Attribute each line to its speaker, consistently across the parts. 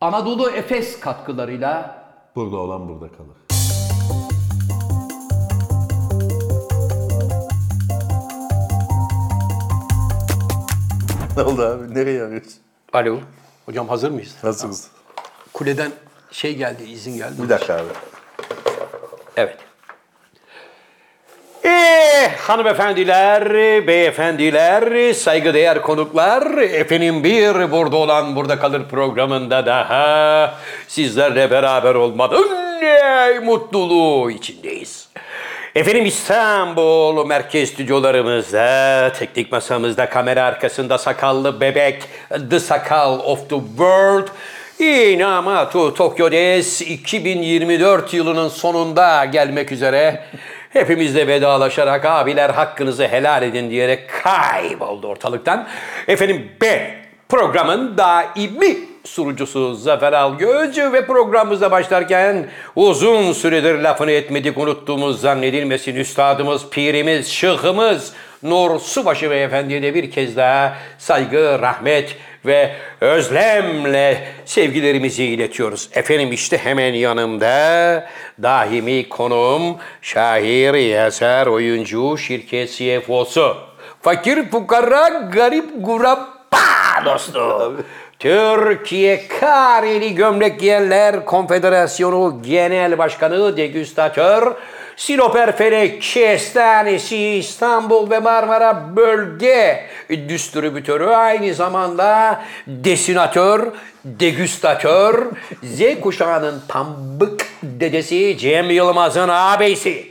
Speaker 1: Anadolu Efes katkılarıyla
Speaker 2: Burada olan burada kalır. Ne oldu abi? Nereye arıyorsun?
Speaker 3: Alo. Hocam hazır mıyız?
Speaker 2: Nasılsınız?
Speaker 3: Kuleden şey geldi, izin geldi.
Speaker 2: Bir dakika abi.
Speaker 3: Evet. Ee, hanımefendiler, beyefendiler, saygıdeğer konuklar, efendim bir burada olan burada kalır programında daha sizlerle beraber olmanın ne mutluluğu içindeyiz. Efendim İstanbul merkez stüdyolarımızda, teknik masamızda, kamera arkasında sakallı bebek, the sakal of the world, İnamatu Tokyo DS 2024 yılının sonunda gelmek üzere. Hepimizle vedalaşarak abiler hakkınızı helal edin diyerek kayboldu ortalıktan. Efendim B programın daimi sunucusu Zafer Algözcü ve programımıza başlarken uzun süredir lafını etmedik unuttuğumuz zannedilmesin üstadımız, pirimiz, şıhımız Nur Subaşı Beyefendi'ye de bir kez daha saygı, rahmet ve özlemle sevgilerimizi iletiyoruz. Efendim işte hemen yanımda daimi konuğum, şair, yazar, oyuncu, şirket CFO'su. Fakir, fukara, garip, guraba dostu. Türkiye Kareli Gömlek Giyenler Konfederasyonu Genel Başkanı, degüstatör, Siloperfele Kestanesi İstanbul ve Marmara Bölge Distribütörü aynı zamanda desinatör, degüstatör, Z kuşağının pambık dedesi Cem Yılmaz'ın ağabeysi.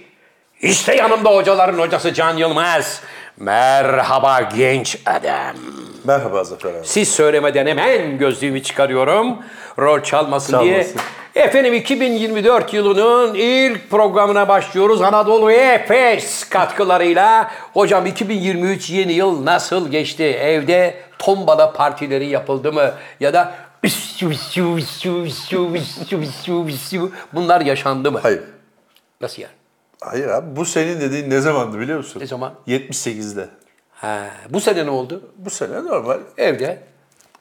Speaker 3: İşte yanımda hocaların hocası Can Yılmaz. Merhaba genç adam.
Speaker 2: Merhaba Zafer abi.
Speaker 3: Siz söylemeden hemen gözlüğümü çıkarıyorum. Rol çalmasın,
Speaker 2: Çalmasın.
Speaker 3: diye. Efendim 2024 yılının ilk programına başlıyoruz. Anadolu Efes katkılarıyla. Hocam 2023 yeni yıl nasıl geçti? Evde tombala partileri yapıldı mı? Ya da bunlar yaşandı mı?
Speaker 2: Hayır.
Speaker 3: Nasıl yani?
Speaker 2: Hayır abi bu senin dediğin ne zamandı biliyor musun?
Speaker 3: Ne zaman?
Speaker 2: 78'de.
Speaker 3: Ha, bu sene ne oldu?
Speaker 2: Bu sene normal.
Speaker 3: Evde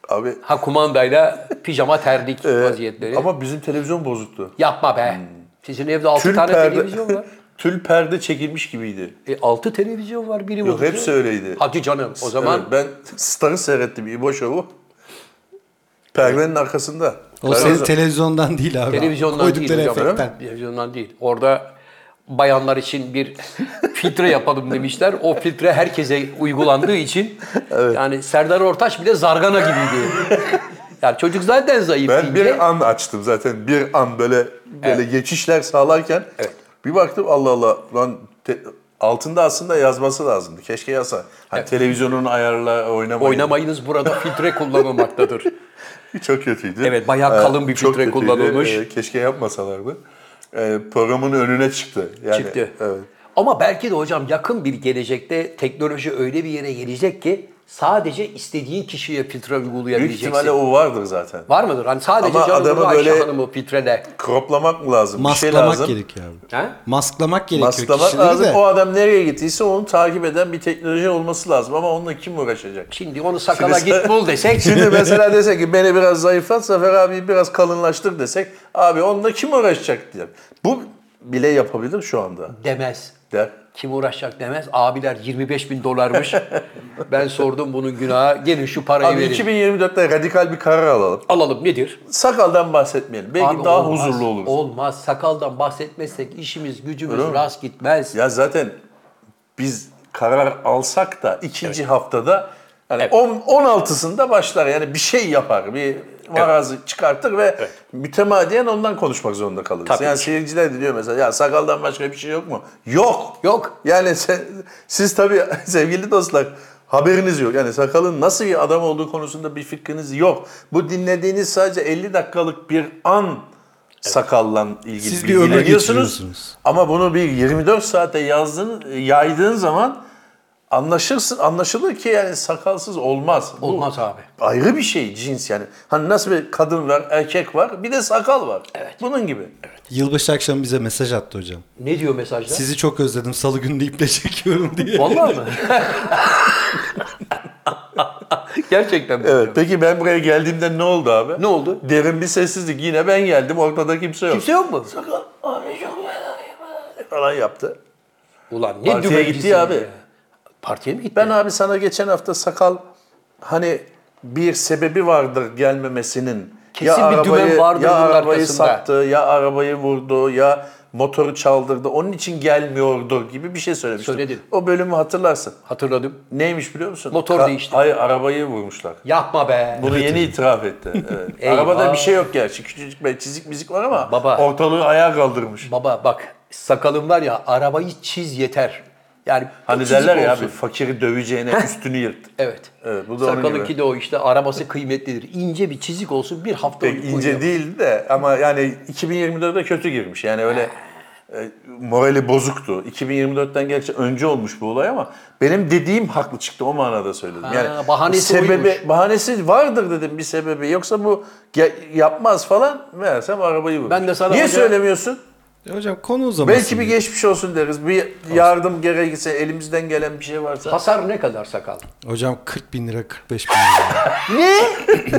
Speaker 2: Abi
Speaker 3: ha kumandayla pijama terlik
Speaker 2: e,
Speaker 3: vaziyetleri.
Speaker 2: ama bizim televizyon bozuktu.
Speaker 3: Yapma be. Sizin evde 6
Speaker 2: Tül
Speaker 3: tane
Speaker 2: perde,
Speaker 3: televizyon var.
Speaker 2: tül perde çekilmiş gibiydi.
Speaker 3: E, 6 televizyon var biri bozuk.
Speaker 2: hepsi öyleydi.
Speaker 3: Hadi canım o zaman
Speaker 2: Evet, ben Star'ı seyrettim İbo Show'u. Perdenin arkasında.
Speaker 4: O ses televizyondan değil abi.
Speaker 3: televizyondan
Speaker 4: Koydukları
Speaker 3: değil hocam.
Speaker 4: efektten.
Speaker 3: Televizyondan değil. Orada bayanlar için bir filtre yapalım demişler. O filtre herkese uygulandığı için yani Serdar Ortaç bile zargana gibiydi. yani çocuk zaten zayıf. değil
Speaker 2: Ben
Speaker 3: de.
Speaker 2: bir an açtım zaten. Bir an böyle böyle geçişler sağlarken bir baktım Allah Allah lan te- altında aslında yazması lazımdı. Keşke yazsa. Hani televizyonun ayarla oynamayı.
Speaker 3: Oynamayınız burada filtre kullanılmaktadır.
Speaker 2: Çok kötüydü. Ee,
Speaker 3: Evet, bayağı kalın bir
Speaker 2: çok
Speaker 3: filtre
Speaker 2: kötüydü.
Speaker 3: kullanılmış.
Speaker 2: Ee, keşke yapmasalardı. Ee, programın önüne çıktı. Yani,
Speaker 3: çıktı.
Speaker 2: Evet.
Speaker 3: Ama belki de hocam yakın bir gelecekte teknoloji öyle bir yere gelecek ki sadece istediğin kişiye filtre
Speaker 2: Büyük
Speaker 3: uygulayabileceksin.
Speaker 2: ihtimalle o vardır zaten.
Speaker 3: Var mıdır? Hani sadece
Speaker 2: Ama
Speaker 3: Ama
Speaker 2: adamı
Speaker 3: Ayşe
Speaker 2: böyle-
Speaker 3: Hanım'ı filtrele.
Speaker 2: Kroplamak mı lazım? bir şey
Speaker 4: Maskelamak
Speaker 2: lazım.
Speaker 4: gerekiyor abi.
Speaker 3: Ha?
Speaker 4: Maskelamak gerekiyor
Speaker 2: Maskelamak
Speaker 4: kişileri
Speaker 2: lazım.
Speaker 4: de.
Speaker 2: O adam nereye gittiyse onu takip eden bir teknoloji olması lazım ama onunla kim uğraşacak?
Speaker 3: Şimdi onu sakala
Speaker 2: Şimdi-
Speaker 3: git bul desek.
Speaker 2: Şimdi mesela desek ki beni biraz zayıflat, Zafer abi biraz kalınlaştır desek, abi onunla kim uğraşacak diye. Bu bile yapabilir şu anda
Speaker 3: demez.
Speaker 2: der.
Speaker 3: Kim uğraşacak demez. Abiler 25 bin dolarmış. ben sordum bunun günahı. Gelin şu parayı
Speaker 2: Abi
Speaker 3: verin.
Speaker 2: 2024'te radikal bir karar alalım.
Speaker 3: Alalım nedir?
Speaker 2: Sakaldan bahsetmeyelim. Belki
Speaker 3: Abi
Speaker 2: daha
Speaker 3: olmaz,
Speaker 2: huzurlu oluruz.
Speaker 3: Olmaz. Sakaldan bahsetmezsek işimiz gücümüz
Speaker 2: Öyle mi?
Speaker 3: rast gitmez.
Speaker 2: Ya zaten biz karar alsak da ikinci haftada yani
Speaker 3: Evet.
Speaker 2: on- 16'sında başlar. Yani bir şey yapar, bir marazı çıkartır ve mütemadiyen ondan konuşmak zorunda kalırız.
Speaker 3: Tabii
Speaker 2: yani
Speaker 3: ki.
Speaker 2: seyirciler de diyor mesela ya sakaldan başka bir şey yok mu? Yok.
Speaker 3: Yok.
Speaker 2: Yani se- siz tabii sevgili dostlar haberiniz yok. Yani sakalın nasıl bir adam olduğu konusunda bir fikriniz yok. Bu dinlediğiniz sadece 50 dakikalık bir an sakalla ilgili
Speaker 4: Siz bir ömür
Speaker 2: bilgileniyorsunuz.
Speaker 4: geçiriyorsunuz.
Speaker 2: Ama bunu bir 24 saate yazdığın, yaydığın zaman anlaşırsın, anlaşılır ki yani sakalsız olmaz. Bu
Speaker 3: Olmaz abi.
Speaker 2: ayrı bir şey cins yani. Hani nasıl bir kadın var, erkek var, bir de sakal var. Bunun gibi.
Speaker 4: Yılbaşı akşamı bize mesaj attı hocam.
Speaker 3: Ne diyor mesajda?
Speaker 4: Sizi çok özledim. Salı günü de iple çekiyorum diye.
Speaker 3: Vallahi mi? Gerçekten mi?
Speaker 2: Evet. Peki ben buraya geldiğimde ne oldu abi?
Speaker 3: Ne oldu?
Speaker 2: Derin bir sessizlik. Yine ben geldim. Ortada kimse yok.
Speaker 3: Kimse yok mu?
Speaker 2: falan yaptı.
Speaker 3: Ulan ne
Speaker 2: Partiye
Speaker 3: dümencisin
Speaker 2: gitti abi.
Speaker 3: ya. Partiye mi gitti?
Speaker 2: Ben abi sana geçen hafta sakal hani bir sebebi vardır gelmemesinin.
Speaker 3: Kesin bir dümen vardır
Speaker 2: ya
Speaker 3: bunun
Speaker 2: arabayı
Speaker 3: arkasında.
Speaker 2: sattı, ya arabayı vurdu, ya motoru çaldırdı. Onun için gelmiyordur gibi bir şey söylemiştim.
Speaker 3: Söyledin.
Speaker 2: O bölümü hatırlarsın.
Speaker 3: Hatırladım.
Speaker 2: Neymiş biliyor musun?
Speaker 3: Motor
Speaker 2: Ka-
Speaker 3: değişti.
Speaker 2: Hayır arabayı vurmuşlar.
Speaker 3: Yapma be.
Speaker 2: Bunu yeni itiraf etti. Evet.
Speaker 3: Eyvah.
Speaker 2: Arabada bir şey yok gerçi. Küçücük bir çizik mizik var ama
Speaker 3: Baba.
Speaker 2: ortalığı ayağa kaldırmış.
Speaker 3: Baba bak sakalım var ya arabayı çiz yeter. Yani
Speaker 2: Hani
Speaker 3: çizik
Speaker 2: derler ya
Speaker 3: olsun.
Speaker 2: abi fakiri döveceğine üstünü yırt.
Speaker 3: Evet.
Speaker 2: Evet, bu da onun
Speaker 3: Sakalınki
Speaker 2: gibi.
Speaker 3: de o işte arabası kıymetlidir. İnce bir çizik olsun bir hafta
Speaker 2: Pek
Speaker 3: uyku
Speaker 2: ince
Speaker 3: uyuyamaz.
Speaker 2: değil de ama yani 2024'de kötü girmiş. Yani öyle
Speaker 3: Ah.
Speaker 2: e, morali bozuktu. 2024'ten gerçi önce olmuş bu olay ama benim dediğim haklı çıktı o manada söyledim.
Speaker 3: Ha,
Speaker 2: yani
Speaker 3: bahanesi
Speaker 2: sebebi
Speaker 3: uymuş.
Speaker 2: bahanesi vardır dedim bir sebebi. Yoksa bu ge- yapmaz falan meğersem arabayı vurmuş.
Speaker 3: Ben de sana
Speaker 2: Niye
Speaker 3: hoca-
Speaker 2: söylemiyorsun?
Speaker 4: E hocam konu uzamasın.
Speaker 2: Belki bir geçmiş olsun deriz. Bir yardım gerekirse elimizden gelen bir şey varsa.
Speaker 3: Hasar ne kadar sakal?
Speaker 4: Hocam 40 bin lira 45 bin lira.
Speaker 3: Ne?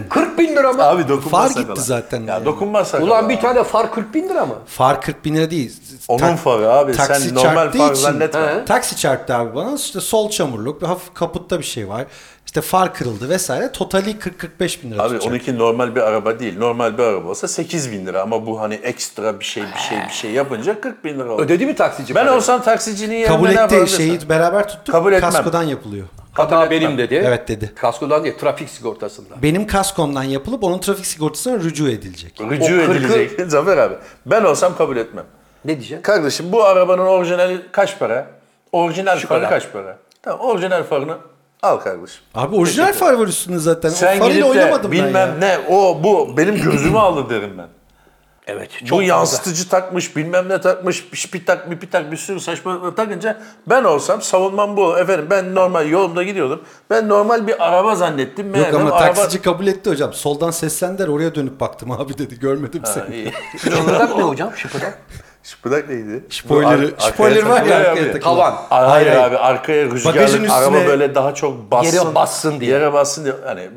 Speaker 3: 40 bin lira mı?
Speaker 2: Abi dokunmaz
Speaker 4: Far
Speaker 2: sakala.
Speaker 4: gitti zaten
Speaker 2: Ya
Speaker 4: yani.
Speaker 2: dokunmaz sakala.
Speaker 3: Ulan bir tane far 40 bin lira mı?
Speaker 4: Far 40 bin lira değil.
Speaker 2: Onun
Speaker 4: Tak-
Speaker 2: farı abi. Sen normal
Speaker 4: çarptığı
Speaker 2: far zannetme.
Speaker 3: He.
Speaker 4: Taksi çarptı abi bana. İşte sol çamurluk, bir hafif kaputta bir şey var. İşte far kırıldı vesaire. Totali 40-45 bin lira
Speaker 2: Abi
Speaker 4: tutacak.
Speaker 2: onunki normal bir araba değil. Normal bir araba olsa 8 bin lira ama bu hani ekstra bir şey bir şey bir şey yapınca 40 bin lira oldu.
Speaker 3: Ödedi mi taksici?
Speaker 2: ben
Speaker 3: parayı?
Speaker 2: olsam taksicinin yerine
Speaker 4: Kabul
Speaker 2: ne yaparım
Speaker 4: etti
Speaker 2: desem?
Speaker 4: şeyi beraber tuttuk.
Speaker 2: Kabul etmem.
Speaker 4: kaskodan yapılıyor.
Speaker 3: Hata benim dedi.
Speaker 4: Evet dedi.
Speaker 3: Kaskodan değil, trafik sigortasında.
Speaker 4: Benim kaskomdan yapılıp onun trafik sigortasına rücu edilecek.
Speaker 2: Rücu
Speaker 3: O kırkı-
Speaker 2: edilecek. Zafer abi ben olsam kabul etmem.
Speaker 3: Ne diyeceksin?
Speaker 2: Kardeşim bu arabanın orijinali kaç para? Orijinal farı
Speaker 3: kadar.
Speaker 2: kaç para? Tamam orijinal farını al kardeşim.
Speaker 4: Abi orijinal far var üstünde zaten. o
Speaker 2: Sen
Speaker 4: farıyla
Speaker 2: gidip de
Speaker 4: oynamadım ben ya.
Speaker 2: bilmem ne o bu benim gözümü aldı derim ben.
Speaker 3: Evet.
Speaker 2: bu yansıtıcı takmış, bilmem ne takmış, şipitak, mipitak bir sürü saçma takınca ben olsam savunmam bu. Efendim ben normal yolumda gidiyordum. Ben normal bir araba zannettim.
Speaker 4: Yok
Speaker 2: Meğersem
Speaker 4: ama
Speaker 2: araba...
Speaker 4: taksici kabul etti hocam. Soldan seslen der oraya dönüp baktım abi dedi. Görmedim seni.
Speaker 2: İyi.
Speaker 3: Şıpırdak ne hocam? Şıpırdak.
Speaker 2: Şıpıdak neydi?
Speaker 4: Spoiler-
Speaker 2: Bu ar- arkaya
Speaker 4: spoiler var ya,
Speaker 2: takılıyor
Speaker 4: arkaya
Speaker 2: bir.
Speaker 4: takılıyor.
Speaker 3: Tavan.
Speaker 2: Hayır,
Speaker 4: Hayır, hayır.
Speaker 2: abi arkaya
Speaker 4: Bagajın
Speaker 2: rüzgarlı
Speaker 4: üstüne-
Speaker 2: araba böyle daha çok bassın.
Speaker 3: Yere bassın diye.
Speaker 2: Yere bassın diye. Hani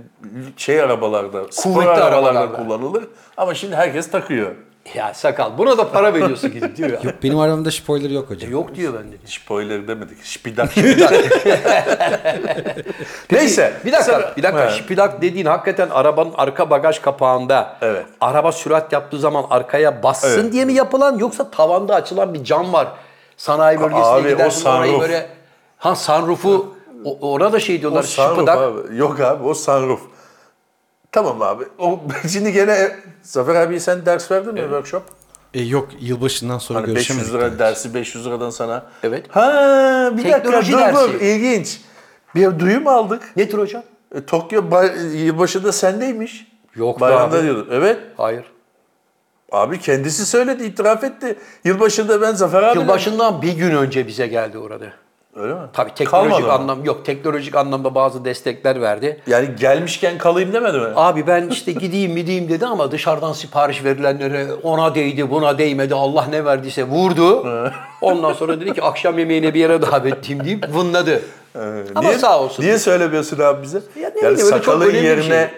Speaker 2: şey arabalarda, spor
Speaker 3: Kuvvetli
Speaker 2: arabalarda,
Speaker 3: arabalarda.
Speaker 2: kullanılır. Ama şimdi herkes takıyor.
Speaker 3: Ya sakal buna da para veriyorsun gidip diyor ya.
Speaker 4: Benim arabamda spoiler yok hocam.
Speaker 3: Yok diyor bende.
Speaker 2: Spoiler demedik. Şipidak, şipidak. Neyse.
Speaker 3: Bir dakika,
Speaker 2: Sen-
Speaker 3: bir dakika.
Speaker 2: Evet.
Speaker 3: Şipilak dediğin hakikaten arabanın arka bagaj kapağında
Speaker 2: Evet.
Speaker 3: araba sürat yaptığı zaman arkaya bassın
Speaker 2: Evet.
Speaker 3: diye mi yapılan yoksa tavanda açılan bir cam var. Sanayi bölgesine
Speaker 2: Abi, o
Speaker 3: gidersin orayı
Speaker 2: sunroof.
Speaker 3: böyle ha sunroof'u o- ona da şey diyorlar
Speaker 2: O sunroof
Speaker 3: şıpıdak.
Speaker 2: abi. Yok abi o sunroof. Tamam abi. O şimdi gene e, Zafer abi sen ders verdin mi workshop?
Speaker 4: E, yok yılbaşından sonra
Speaker 2: Hani 500
Speaker 4: görüşemedik.
Speaker 2: lira
Speaker 4: yani.
Speaker 2: dersi 500 liradan sana.
Speaker 3: Evet.
Speaker 2: Ha bir
Speaker 3: Teknoloji
Speaker 2: dakika dur dur
Speaker 3: dersi.
Speaker 2: ilginç. Bir duyum aldık.
Speaker 3: Nedir hocam?
Speaker 2: E, Tokyo ba- yılbaşında sendeymiş.
Speaker 3: Yok be
Speaker 2: Bayramda
Speaker 3: abi.
Speaker 2: diyordun. Evet.
Speaker 3: Hayır.
Speaker 2: Abi kendisi söyledi, itiraf etti. Yılbaşında ben Zafer abi...
Speaker 3: Yılbaşından bir gün önce bize geldi orada.
Speaker 2: Öyle mi?
Speaker 3: Tabii teknolojik
Speaker 2: Kalmadı mı?
Speaker 3: anlam yok. Teknolojik anlamda bazı destekler verdi.
Speaker 2: Yani gelmişken kalayım demedi mi?
Speaker 3: Abi ben işte gideyim gideyim dedi ama dışarıdan sipariş verilenlere ona değdi buna değmedi Allah ne verdiyse vurdu. Ondan sonra dedi ki akşam yemeğine bir yere davetliyim deyip vınladı. Ama
Speaker 2: Ee, niye,
Speaker 3: sağ olsun.
Speaker 2: Niye söylemiyorsun abi bize?
Speaker 3: ne bileyim, öyle çok
Speaker 2: sakalın
Speaker 3: önemli bir şey.
Speaker 2: yerine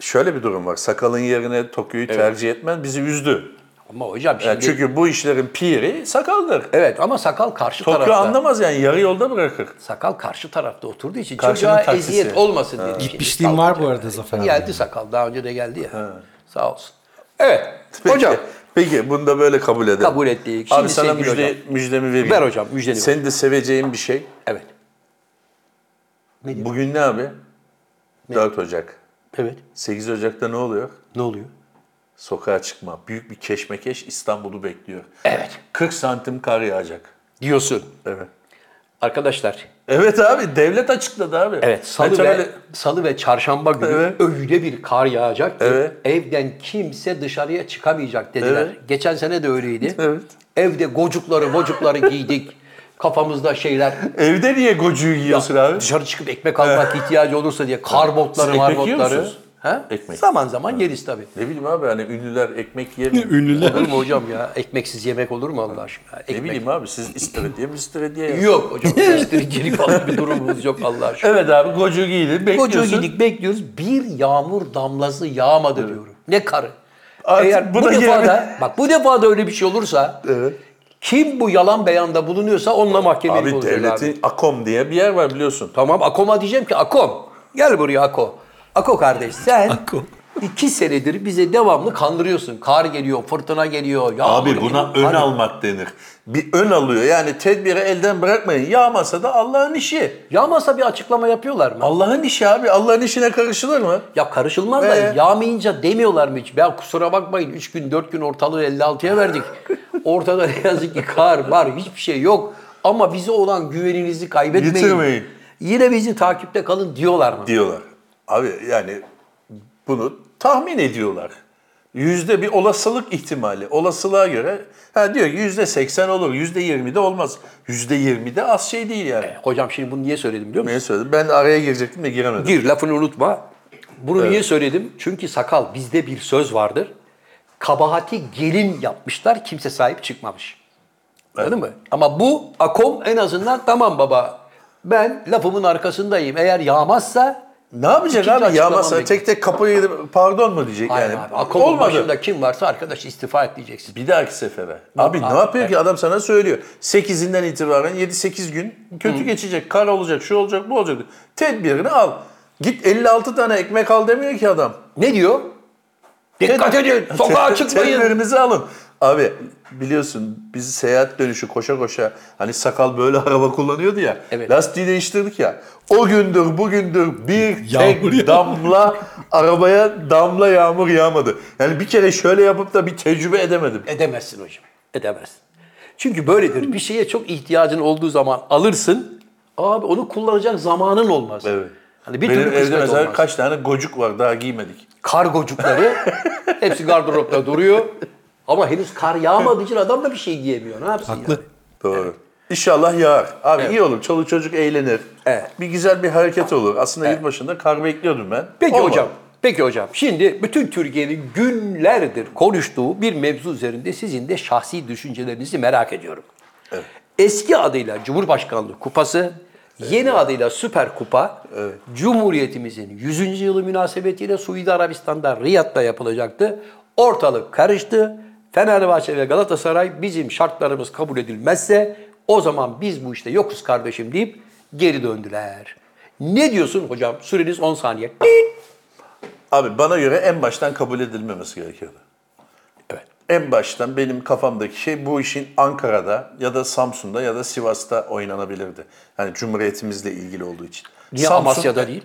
Speaker 2: şöyle bir durum var. Sakalın yerine Tokyo'yu tercih etmen bizi üzdü.
Speaker 3: Ama hocam şimdi...
Speaker 2: Yani çünkü bu işlerin piri sakaldır.
Speaker 3: Evet ama sakal karşı
Speaker 2: Tokyo
Speaker 3: tarafta.
Speaker 2: anlamaz yani yarı yolda bırakır.
Speaker 3: Sakal karşı tarafta oturduğu için
Speaker 2: Karşının
Speaker 3: çocuğa
Speaker 2: taksisi.
Speaker 3: eziyet olmasın dedi. Şimdi
Speaker 4: Gitmişliğim var bu arada Zafer abi.
Speaker 3: Geldi sakal daha önce de geldi ya. Sağ olsun. Evet.
Speaker 2: Peki,
Speaker 3: Hocam
Speaker 2: Peki bunu da böyle kabul edelim.
Speaker 3: Kabul ettik.
Speaker 2: Abi
Speaker 3: Şimdi
Speaker 2: sana
Speaker 3: sevgili
Speaker 2: müjde,
Speaker 3: hocam.
Speaker 2: müjdemi vereyim.
Speaker 3: Ver hocam, müjdeni ver.
Speaker 2: Senin de seveceğin bir şey.
Speaker 3: evet.
Speaker 2: Bugün ne abi? 4 Ocak.
Speaker 3: Evet.
Speaker 2: 8 Ocak'ta ne oluyor?
Speaker 3: Ne oluyor?
Speaker 2: Sokağa çıkma. Büyük bir keşmekeş İstanbul'u bekliyor.
Speaker 3: Evet.
Speaker 2: 40 santim kar yağacak.
Speaker 3: Diyorsun.
Speaker 2: Evet.
Speaker 3: Arkadaşlar
Speaker 2: Evet abi devlet açıkladı abi.
Speaker 3: Evet, salı
Speaker 2: Hatta
Speaker 3: ve
Speaker 2: böyle-
Speaker 3: salı ve çarşamba günü
Speaker 2: Evet.
Speaker 3: öyle bir kar yağacak ki
Speaker 2: Evet.
Speaker 3: evden kimse dışarıya çıkamayacak dediler.
Speaker 2: Evet.
Speaker 3: Geçen sene de öyleydi.
Speaker 2: Evet.
Speaker 3: Evde gocukları, mocukları giydik. Kafamızda şeyler.
Speaker 2: Evde niye gocuyu giyiyorsun abi?
Speaker 3: Dışarı çıkıp ekmek almak ihtiyacı olursa diye karbotları,
Speaker 2: Siz ekmek yiyor
Speaker 3: marbotları.
Speaker 2: musunuz?
Speaker 3: Ha?
Speaker 2: Ekmek.
Speaker 3: Zaman zaman yeriz tabii.
Speaker 2: Ne bileyim abi hani ünlüler ekmek yemiyor.
Speaker 4: Ünlüler.
Speaker 3: Olur mu hocam ya? Ekmeksiz yemek olur mu Allah aşkına? Ekmek.
Speaker 2: Ne bileyim abi siz istiridye biz istiridye yiyoruz.
Speaker 3: Yok hocam. Gazetecilik falan bir durumumuz yok Allah aşkına.
Speaker 2: Evet abi gocu giydi bekliyorsun.
Speaker 3: Koca gidik bekliyoruz. Bir yağmur damlası yağmadı diyorum. Ne karı.
Speaker 2: Artık
Speaker 3: Eğer bu,
Speaker 2: bu da
Speaker 3: defa
Speaker 2: yani-
Speaker 3: da bak bu defa da öyle bir şey olursa kim bu yalan beyanda bulunuyorsa onunla mahkemeye
Speaker 2: Abi
Speaker 3: konuşuyor
Speaker 2: devletin Akom diye bir yer var biliyorsun.
Speaker 3: Tamam Akom'a diyeceğim ki Akom gel buraya Ako. Ako kardeş sen
Speaker 4: Ako.
Speaker 3: iki senedir bize devamlı kandırıyorsun. Kar geliyor, fırtına geliyor. yağmur
Speaker 2: Abi buna ön
Speaker 3: geliyor. Hani
Speaker 2: almak denir. Bir ön alıyor yani tedbiri elden bırakmayın. Yağmasa da Allah'ın işi.
Speaker 3: Yağmasa bir açıklama yapıyorlar mı?
Speaker 2: Allah'ın işi abi Allah'ın işine karışılır mı?
Speaker 3: Ya karışılmaz da
Speaker 2: Ee?
Speaker 3: yağmayınca demiyorlar mı hiç? Ya kusura bakmayın 3 gün 4 gün ortalığı 56'ya verdik. Ortada ne yazık ki kar var hiçbir şey yok. Ama bize olan güveninizi kaybetmeyin.
Speaker 2: Yitirmeyin.
Speaker 3: Yine bizi takipte kalın diyorlar mı?
Speaker 2: Diyorlar. Abi yani bunu tahmin ediyorlar. Yüzde bir olasılık ihtimali. Olasılığa göre ha diyor ki yüzde seksen olur, yüzde yirmi de olmaz. Yüzde yirmi de az şey değil yani.
Speaker 3: Hocam şimdi bunu niye söyledim biliyor musun?
Speaker 2: Ne söyledim? Ben araya girecektim de giremedim.
Speaker 3: Gir lafını unutma. Bunu niye söyledim? Çünkü sakal bizde bir söz vardır. Kabahati gelin yapmışlar kimse sahip çıkmamış. Anladın mı? Ama bu akom en azından tamam baba ben lafımın arkasındayım. Eğer yağmazsa
Speaker 2: Ne yapacak
Speaker 3: İkinci
Speaker 2: abi?
Speaker 3: açıklamam
Speaker 2: Yağmasa
Speaker 3: bekliyor.
Speaker 2: tek tek kapıyı gidip pardon mu diyecek
Speaker 3: Aynen
Speaker 2: yani.
Speaker 3: abi. Akolun
Speaker 2: Olmadı.
Speaker 3: başında kim varsa arkadaş istifa et diyeceksin.
Speaker 2: Bir dahaki sefere. Abi,
Speaker 3: abi,
Speaker 2: ne yapıyor
Speaker 3: evet.
Speaker 2: ki adam sana söylüyor. 8'inden itibaren 7-8 gün kötü geçecek, kar olacak, şu olacak, bu olacak. Tedbirini al. Git 56 tane ekmek al demiyor ki adam.
Speaker 3: Ne diyor? Dikkat
Speaker 2: Ted-
Speaker 3: edin, sokağa
Speaker 2: Ted-
Speaker 3: çıkmayın.
Speaker 2: Tedbirinizi alın. Abi biliyorsun biz seyahat dönüşü koşa koşa hani sakal böyle araba kullanıyordu ya.
Speaker 3: Evet.
Speaker 2: Lastiği değiştirdik ya. O gündür bugündür bir
Speaker 4: Yağmur
Speaker 2: tek
Speaker 4: yağmadı.
Speaker 2: damla arabaya damla yağmur yağmadı. Yani bir kere şöyle yapıp da bir tecrübe edemedim.
Speaker 3: Edemezsin hocam. Edemezsin. Çünkü böyledir. Bir şeye çok ihtiyacın olduğu zaman alırsın. Abi onu kullanacak zamanın olmaz.
Speaker 2: Evet.
Speaker 3: Hani bir
Speaker 2: Benim
Speaker 3: türlü
Speaker 2: evde
Speaker 3: kısmet
Speaker 2: mesela
Speaker 3: olmaz.
Speaker 2: kaç tane gocuk var daha giymedik.
Speaker 3: Kargocukları hepsi gardıropta duruyor. Ama henüz kar yağmadığı için adam da bir şey giyemiyor. Ne yapsın
Speaker 4: Haklı.
Speaker 3: yani?
Speaker 2: Doğru. İnşallah yağar. Abi
Speaker 3: Evet.
Speaker 2: iyi olur. Çoluk çocuk eğlenir.
Speaker 3: Evet.
Speaker 2: Bir güzel bir hareket olur. Aslında yılbaşında kar bekliyordum ben.
Speaker 3: Peki
Speaker 2: Olmadı.
Speaker 3: hocam. Peki hocam. Şimdi bütün Türkiye'nin günlerdir konuştuğu bir mevzu üzerinde sizin de şahsi düşüncelerinizi merak ediyorum. Eski adıyla Cumhurbaşkanlığı Kupası, yeni adıyla Süper Kupa, Cumhuriyetimizin 100. yılı münasebetiyle Suudi Arabistan'da Riyad'da yapılacaktı. Ortalık karıştı. Fenerbahçe ve Galatasaray bizim şartlarımız kabul edilmezse o zaman biz bu işte yokuz kardeşim deyip geri döndüler. Ne diyorsun hocam? Süreniz 10 saniye.
Speaker 2: Abi bana göre en baştan kabul edilmemesi gerekiyordu.
Speaker 3: Evet.
Speaker 2: En baştan benim kafamdaki şey bu işin Ankara'da ya da Samsun'da ya da Sivas'ta oynanabilirdi. Yani Cumhuriyetimizle ilgili olduğu için.
Speaker 3: Niye
Speaker 2: Samsun-
Speaker 3: Amasya'da değil?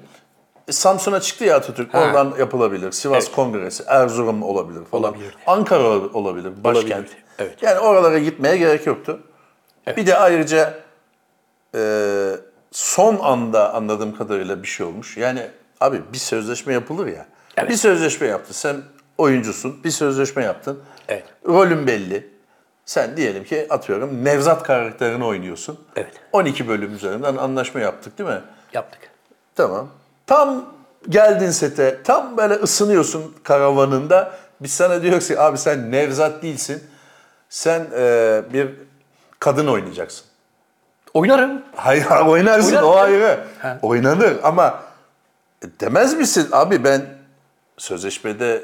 Speaker 2: E, Samsun'a çıktı ya Atatürk.
Speaker 3: Ha.
Speaker 2: Oradan yapılabilir. Sivas Kongresi, Erzurum olabilir falan. Ankara ol- olabilir, başkent.
Speaker 3: Olabilirdi, evet.
Speaker 2: Yani oralara gitmeye gerek yoktu. Bir de ayrıca e, son anda anladığım kadarıyla bir şey olmuş. Yani abi bir sözleşme yapılır ya.
Speaker 3: Evet.
Speaker 2: Bir sözleşme yaptın. Sen oyuncusun. Bir sözleşme yaptın.
Speaker 3: Evet.
Speaker 2: Rolün belli. Sen diyelim ki atıyorum Nevzat karakterini oynuyorsun.
Speaker 3: Evet.
Speaker 2: 12 bölüm üzerinden anlaşma yaptık değil mi?
Speaker 3: Yaptık.
Speaker 2: Tamam. Tam geldin sete, tam böyle ısınıyorsun karavanında. Biz sana diyoruz ki abi sen Nevzat değilsin. Sen eee, bir kadın oynayacaksın.
Speaker 3: Oynarım.
Speaker 2: Hayır oynarsın
Speaker 3: Oynar
Speaker 2: o
Speaker 3: mı?
Speaker 2: ayrı.
Speaker 3: Ha.
Speaker 2: Oynanır ama e, demez misin abi ben sözleşmede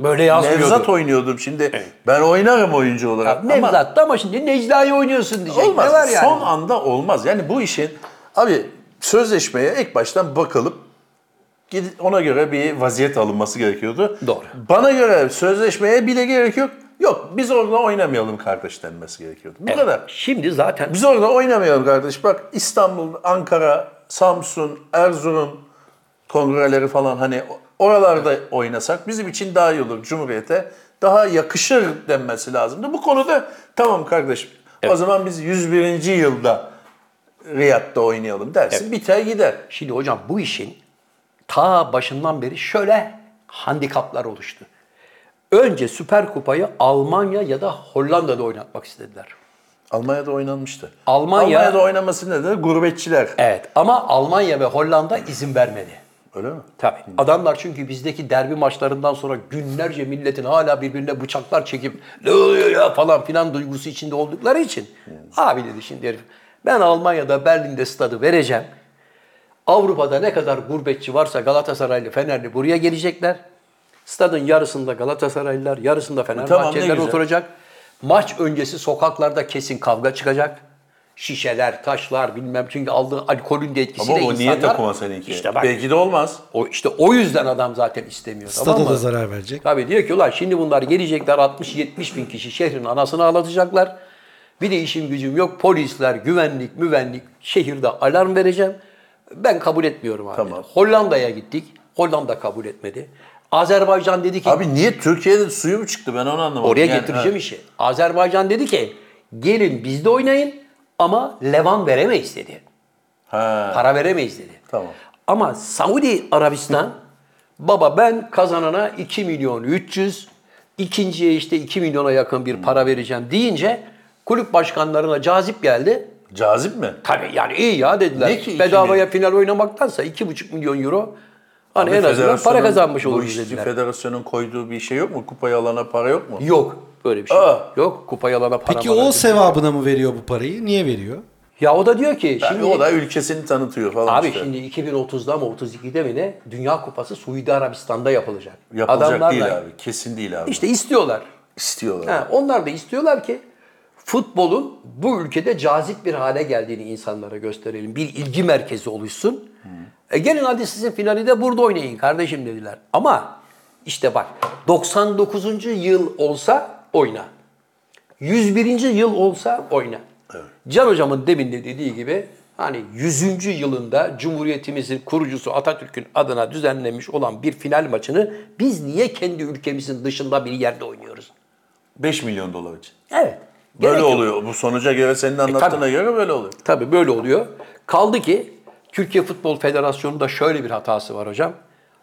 Speaker 3: Böyle yazmıyordu.
Speaker 2: Nevzat oynuyordum şimdi. Ben oynarım oyuncu olarak.
Speaker 3: Nevzat da ama şimdi Necla'yı oynuyorsun diyecek.
Speaker 2: Olmaz.
Speaker 3: Ne var yani?
Speaker 2: Son anda olmaz. Yani bu işin abi sözleşmeye ilk baştan bakılıp gidip ona göre bir vaziyet alınması gerekiyordu.
Speaker 3: Doğru.
Speaker 2: Bana göre sözleşmeye bile gerek yok. Yok biz orada oynamayalım kardeş denmesi gerekiyordu. Bu
Speaker 3: Evet.
Speaker 2: kadar.
Speaker 3: Şimdi zaten
Speaker 2: Biz orada oynamayalım kardeş. Bak İstanbul, Ankara, Samsun, Erzurum kongreleri falan hani oralarda oynasak bizim için daha iyi olur Cumhuriyet'e. Daha yakışır denmesi lazımdı. Bu konuda tamam kardeşim o zaman biz 101. yılda Riyad'da oynayalım dersin. Biter gider.
Speaker 3: Şimdi hocam bu işin ta başından beri şöyle handikaplar oluştu. Önce Süper Kupa'yı Almanya ya da Hollanda'da oynatmak istediler.
Speaker 2: Almanya'da oynanmıştı.
Speaker 3: Almanya-
Speaker 2: Almanya'da oynaması nedir? Gurbetçiler.
Speaker 3: Evet ama Almanya ve Hollanda izin vermedi.
Speaker 2: Öyle mi?
Speaker 3: Tabii. Adamlar çünkü bizdeki derbi maçlarından sonra günlerce milletin hala birbirine bıçaklar çekip ne oluyor ya falan filan duygusu içinde oldukları için. Abi dedi şimdi herif ben Almanya'da Berlin'de stadı vereceğim. Avrupa'da ne kadar gurbetçi varsa Galatasaraylı, Fenerli buraya gelecekler. Stadın yarısında Galatasaraylılar, yarısında Fenerbahçeliler
Speaker 2: E, güzel.
Speaker 3: oturacak. Maç öncesi sokaklarda kesin kavga çıkacak. Şişeler, taşlar bilmem çünkü aldığı alkolün şey de etkisiyle
Speaker 2: Ama o
Speaker 3: insanlar...
Speaker 2: niye takuma seninki?
Speaker 3: İşte bak,
Speaker 2: Belki de olmaz.
Speaker 3: o işte o yüzden adam zaten istemiyor.
Speaker 4: Stada
Speaker 3: tamam mı?
Speaker 4: da zarar verecek.
Speaker 3: Tabii diyor ki ulan şimdi bunlar gelecekler 60-70 bin kişi şehrin anasını ağlatacaklar. Bir de işim gücüm yok. Polisler, güvenlik, müvenlik şehirde alarm vereceğim. Ben kabul etmiyorum abi.
Speaker 2: Tamam.
Speaker 3: Hollanda'ya gittik. Hollanda kabul etmedi. Azerbaycan dedi ki
Speaker 2: Abi niye Türkiye'de suyu mu çıktı ben onu anlamadım.
Speaker 3: oraya
Speaker 2: Yani,
Speaker 3: getireceğim işi. Azerbaycan dedi ki gelin bizde oynayın ama levan veremeyiz dedi.
Speaker 2: Ha. ha.
Speaker 3: Para veremeyiz dedi.
Speaker 2: Tamam.
Speaker 3: Ama Saudi Arabistan baba ben kazanana 2 milyon 300 ikinciye işte 2 milyona yakın bir para vereceğim deyince kulüp başkanlarına cazip geldi.
Speaker 2: Cazip mi?
Speaker 3: Tabii yani iyi ya dediler.
Speaker 2: Ne ki iki
Speaker 3: Bedavaya final oynamaktansa 2,5 milyon euro hani en azından para
Speaker 2: Federasyonun-
Speaker 3: kazanmış
Speaker 2: Bu
Speaker 3: oluruz
Speaker 2: işçi
Speaker 3: dediler.
Speaker 2: federasyonun koyduğu bir şey yok mu? Kupayı alana para yok mu?
Speaker 3: Yok böyle bir şey.
Speaker 2: Aa.
Speaker 3: Yok kupa yalana para
Speaker 4: Peki
Speaker 3: mara
Speaker 4: o
Speaker 3: dedi.
Speaker 4: sevabına mı veriyor bu parayı? Niye veriyor?
Speaker 3: Ya o da diyor ki
Speaker 2: Yani
Speaker 3: şimdi
Speaker 2: o da ülkesini tanıtıyor falan
Speaker 3: Abi
Speaker 2: işte.
Speaker 3: şimdi 2030'da mı 32'de mi ne Dünya Kupası Suudi Arabistan'da yapılacak.
Speaker 2: Yapılacak
Speaker 3: Adamlar
Speaker 2: değil
Speaker 3: da-
Speaker 2: abi. Kesin değil abi.
Speaker 3: İşte istiyorlar.
Speaker 2: İstiyorlar.
Speaker 3: Ha, onlar da istiyorlar ki futbolun bu ülkede cazip bir hale geldiğini insanlara gösterelim. Bir ilgi merkezi oluşsun. E gelin hadi sizin finali de burada oynayın kardeşim dediler. Ama işte bak 99. yıl olsa oyna. 101. yıl olsa oyna. Can Hocam'ın demin de dediği gibi hani 100. yılında Cumhuriyetimizin kurucusu Atatürk'ün adına düzenlenmiş olan bir final maçını biz niye kendi ülkemizin dışında bir yerde oynuyoruz?
Speaker 2: 5 milyon dolar için.
Speaker 3: Evet.
Speaker 2: Böyle
Speaker 3: Gerek yok. E,
Speaker 2: oluyor. Bu sonuca göre senin anlattığına göre böyle oluyor.
Speaker 3: Tabii böyle oluyor. Kaldı ki Türkiye Futbol Federasyonu'nda şöyle bir hatası var hocam.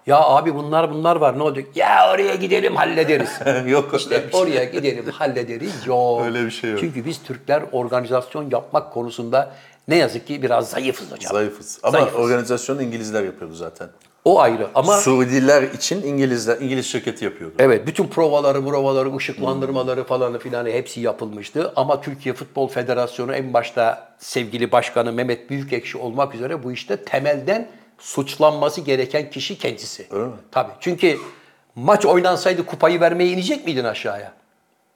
Speaker 3: Ya abi bunlar bunlar var ne olacak? Ya oraya gidelim hallederiz.
Speaker 2: Yok öyle
Speaker 3: işte
Speaker 2: bir şey.
Speaker 3: oraya gidelim hallederiz. Yok.
Speaker 2: Öyle bir şey yok.
Speaker 3: Çünkü biz Türkler organizasyon yapmak konusunda ne yazık ki biraz zayıfız hocam.
Speaker 2: Zayıfız. Ama
Speaker 3: Zayıfız.
Speaker 2: organizasyonu İngilizler yapıyordu zaten.
Speaker 3: O ayrı ama E,
Speaker 2: Suudiler için İngilizler, İngiliz şirketi yapıyordu.
Speaker 3: Evet bütün provaları, provaları, ışıklandırmaları falanı filanı hepsi yapılmıştı. Ama Türkiye Futbol Federasyonu en başta sevgili başkanı Mehmet Büyükekşi olmak üzere bu işte temelden suçlanması gereken kişi kendisi. Öyle
Speaker 2: mi?
Speaker 3: Tabii. Çünkü maç oynansaydı kupayı vermeye inecek miydin aşağıya?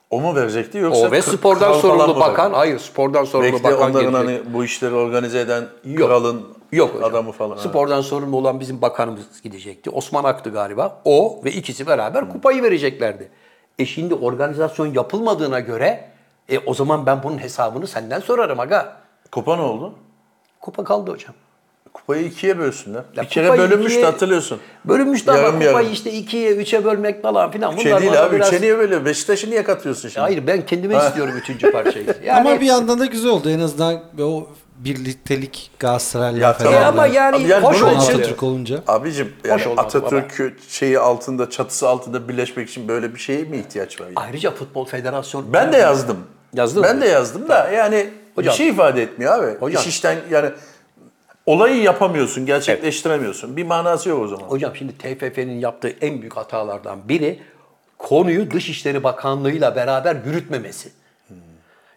Speaker 2: O mu verecekti
Speaker 3: O
Speaker 2: yoksa
Speaker 3: ve
Speaker 2: kral
Speaker 3: spordan
Speaker 2: falan
Speaker 3: sorumlu
Speaker 2: mı
Speaker 3: bakan,
Speaker 2: verecekti?
Speaker 3: hayır spordan sorumlu
Speaker 2: Belki de
Speaker 3: bakan
Speaker 2: onların
Speaker 3: gelecek.
Speaker 2: hani bu işleri organize eden
Speaker 3: Yok.
Speaker 2: kralın
Speaker 3: Yok hocam.
Speaker 2: adamı falan. ha.
Speaker 3: Spordan sorumlu olan bizim bakanımız gidecekti. Osman Ak'tı galiba. O ve ikisi beraber kupayı vereceklerdi. E şimdi organizasyon yapılmadığına göre e o zaman ben bunun hesabını senden sorarım aga.
Speaker 2: Kupa ne oldu?
Speaker 3: Kupa kaldı hocam.
Speaker 2: Kupayı ikiye bölsünler.
Speaker 3: Ya
Speaker 2: bir kere
Speaker 3: kupayı
Speaker 2: bölünmüştü
Speaker 3: ikiye-
Speaker 2: hatırlıyorsun.
Speaker 3: Bölünmüş de ama
Speaker 2: Yarım
Speaker 3: kupayı
Speaker 2: yarım.
Speaker 3: işte ikiye, üçe bölmek falan filan. Bunlar
Speaker 2: Şey
Speaker 3: bana
Speaker 2: değil abi.
Speaker 3: biraz-
Speaker 2: Üçe niye bölüyor? Beşiktaş'ı niye katıyorsun şimdi?
Speaker 3: Hayır ben kendime istiyorum üçüncü parçayı. Yani-
Speaker 4: Ama bir yandan da güzel oldu. En azından o birliktelik Galatasaray'la
Speaker 2: Ya
Speaker 4: falan.
Speaker 3: E
Speaker 2: tamam
Speaker 3: ama
Speaker 2: Abi
Speaker 3: yani,
Speaker 2: yani
Speaker 3: hoş
Speaker 2: bunun
Speaker 3: oldu.
Speaker 2: için-
Speaker 4: Atatürk olunca.
Speaker 2: Abicim yani
Speaker 3: olmadı
Speaker 2: Atatürk şeyi altında, çatısı altında birleşmek için böyle bir şeye mi ihtiyaç var? yani?
Speaker 3: Ayrıca futbol federasyonu...
Speaker 2: Ben de yazdım.
Speaker 3: Ah. Yazdın
Speaker 2: Ben
Speaker 3: mı?
Speaker 2: de yazdım da yani
Speaker 3: Hocam.
Speaker 2: bir şey ifade etmiyor abi.
Speaker 3: Hocam.
Speaker 2: İş işten yani olayı yapamıyorsun, gerçekleştiremiyorsun. Bir manası yok o zaman.
Speaker 3: Hocam şimdi TFF'nin yaptığı en büyük hatalardan biri konuyu Dışişleri Bakanlığı'yla beraber yürütmemesi.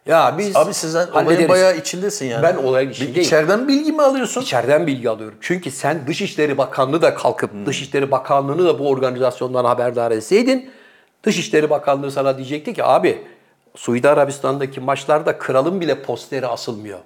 Speaker 3: Ya biz
Speaker 2: Abi siz sen olayın
Speaker 3: hallederiz.
Speaker 2: bayağı içindesin yani.
Speaker 3: Ben olayın
Speaker 2: Bir-
Speaker 3: içindeyim.
Speaker 2: İçeriden bilgi mi alıyorsun?
Speaker 3: İçeriden bilgi alıyorum. Çünkü sen Dışişleri Bakanlığı da kalkıp Dışişleri Bakanlığı'nı da bu organizasyondan haberdar etseydin Dışişleri Bakanlığı sana diyecekti ki abi Suudi Arabistan'daki maçlarda kralın bile posteri asılmıyor.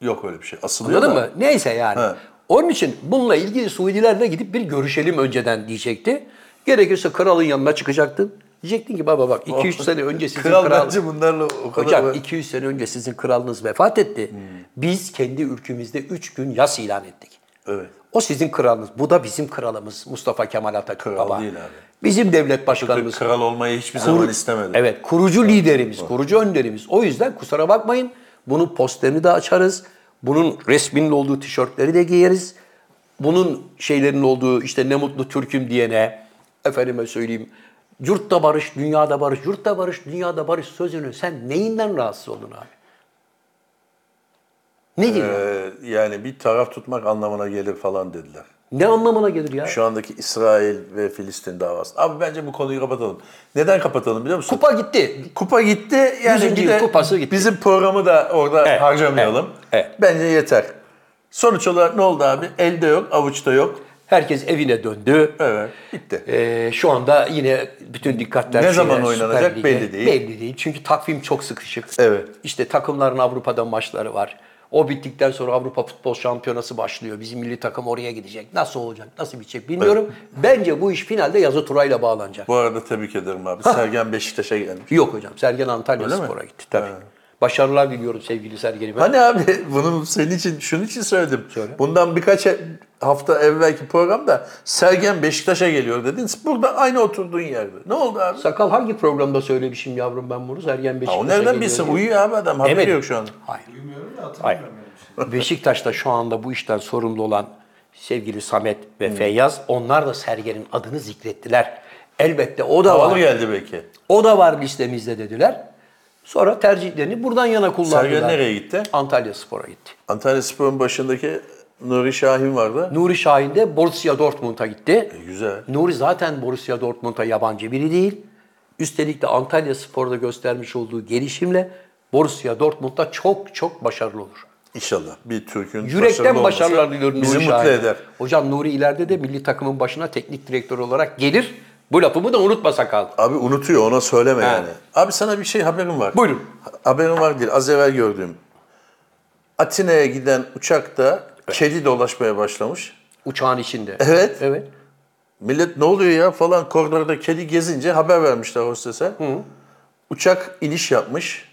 Speaker 2: Yok öyle bir şey. Asılıyor
Speaker 3: Anladın
Speaker 2: da.
Speaker 3: mı? Neyse yani.
Speaker 2: He.
Speaker 3: Onun için bununla ilgili Suudilerle gidip bir görüşelim önceden diyecekti. Gerekirse kralın yanına çıkacaktın. Diyecektin ki baba bak 2-3
Speaker 2: Oh.
Speaker 3: sene önce sizin
Speaker 2: Kral,
Speaker 3: kral...
Speaker 2: bence bunlarla o kadar...
Speaker 3: Hocam 200 sene önce sizin kralınız vefat etti.
Speaker 2: Hmm.
Speaker 3: Biz kendi ülkemizde 3 gün yas ilan ettik.
Speaker 2: Evet.
Speaker 3: O sizin kralınız. Bu da bizim kralımız Mustafa Kemal Atatürk
Speaker 2: Kral
Speaker 3: baba.
Speaker 2: değil abi.
Speaker 3: Bizim devlet
Speaker 2: Atatürk
Speaker 3: başkanımız.
Speaker 2: kral olmayı hiçbir zaman istemedi.
Speaker 3: Evet, kurucu liderimiz, kurucu önderimiz. O yüzden kusura bakmayın. Bunun posterini de açarız. Bunun resminin olduğu tişörtleri de giyeriz. Bunun şeylerin olduğu işte ne mutlu Türk'üm diyene efendime söyleyeyim. Yurtta barış, dünyada barış, yurtta barış, dünyada barış sözünü sen neyinden rahatsız oldun abi? Nedir? o?
Speaker 2: Ee, yani bir taraf tutmak anlamına gelir falan dediler.
Speaker 3: Ne anlamına gelir ya?
Speaker 2: Şu andaki İsrail ve Filistin davası. Abi bence bu konuyu kapatalım. Neden kapatalım biliyor musun?
Speaker 3: Kupa gitti.
Speaker 2: Kupa gitti.
Speaker 3: Yüzüncü
Speaker 2: Yani bir
Speaker 3: yıl
Speaker 2: de
Speaker 3: kupası gitti.
Speaker 2: Bizim programı da orada harcamayalım.
Speaker 3: evet, evet.
Speaker 2: Bence yeter. Sonuç olarak ne oldu abi? Elde yok, avuçta yok.
Speaker 3: Herkes evine döndü.
Speaker 2: Evet, bitti.
Speaker 3: Ee, şu anda yine bütün dikkatler
Speaker 2: Ne
Speaker 3: şeye,
Speaker 2: zaman
Speaker 3: Süper
Speaker 2: oynanacak
Speaker 3: Lig'e.
Speaker 2: belli değil.
Speaker 3: Belli değil. Çünkü takvim çok sıkışık.
Speaker 2: Evet.
Speaker 3: İşte takımların Avrupa'da maçları var. O bittikten sonra Avrupa Futbol Şampiyonası başlıyor. Bizim milli takım oraya gidecek. Nasıl olacak, nasıl bitecek bilmiyorum. Bence bu iş finalde yazı turayla bağlanacak.
Speaker 2: Bu arada tebrik ederim abi. Sergen Beşiktaş'a gelmiş.
Speaker 3: Yok hocam. Sergen Antalya
Speaker 2: Öyle mi?
Speaker 3: Spor'a gitti tabii. Başarılar diliyorum sevgili Sergen'ime.
Speaker 2: Hani abi bunu senin için, şunun için söyledim. Bundan birkaç e- hafta evvelki programda Sergen Beşiktaş'a geliyor dedin. Burada aynı oturduğun yerde. Ne oldu abi?
Speaker 3: Sakal hangi programda söylemişim yavrum ben bunu? Sergen
Speaker 2: Ha,
Speaker 3: Beşiktaş'a
Speaker 2: o nereden
Speaker 3: geliyor
Speaker 2: bilsin?
Speaker 3: diye.
Speaker 2: Uyuyor abi adam. Haberi
Speaker 3: Demedim.
Speaker 2: yok şu an.
Speaker 3: Hayır.
Speaker 5: Bilmiyorum da hatırlamıyorum. şey. yani.
Speaker 3: Beşiktaş'ta şu anda bu işten sorumlu olan sevgili Samet ve
Speaker 2: Hmm.
Speaker 3: Feyyaz onlar da Sergen'in adını zikrettiler. Elbette o da
Speaker 2: Havalı
Speaker 3: var.
Speaker 2: geldi belki.
Speaker 3: O da var listemizde dediler. Sonra tercihlerini buradan yana kullandılar.
Speaker 2: Sergen nereye gitti?
Speaker 3: Antalya Spor'a gitti.
Speaker 2: Antalya Spor'un başındaki Nuri Şahin vardı.
Speaker 3: Nuri Şahin de Borussia Dortmund'a gitti.
Speaker 2: E, güzel.
Speaker 3: Nuri zaten Borussia Dortmund'a yabancı biri değil. Üstelik de Antalya Spor'da göstermiş olduğu gelişimle Borussia Dortmund'da çok çok başarılı olur.
Speaker 2: İnşallah bir Türk'ün
Speaker 3: Yürekten
Speaker 2: başarılı olması
Speaker 3: başarılar diliyorum Nuri
Speaker 2: Bizi mutlu
Speaker 3: Şahin'e.
Speaker 2: eder.
Speaker 3: Hocam Nuri ileride de milli takımın başına teknik direktör olarak gelir. Bu lafımı da unutma sakal.
Speaker 2: Abi unutuyor ona söyleme
Speaker 3: He.
Speaker 2: yani. Abi sana bir şey haberim var.
Speaker 3: Buyurun.
Speaker 2: Ha- Haberim var değil az evvel gördüğüm. Atina'ya giden uçakta kedi dolaşmaya başlamış.
Speaker 3: Uçağın içinde.
Speaker 2: Evet.
Speaker 3: Evet.
Speaker 2: Millet ne oluyor ya falan koridorda kedi gezince haber vermişler hostese. Uçak iniş yapmış.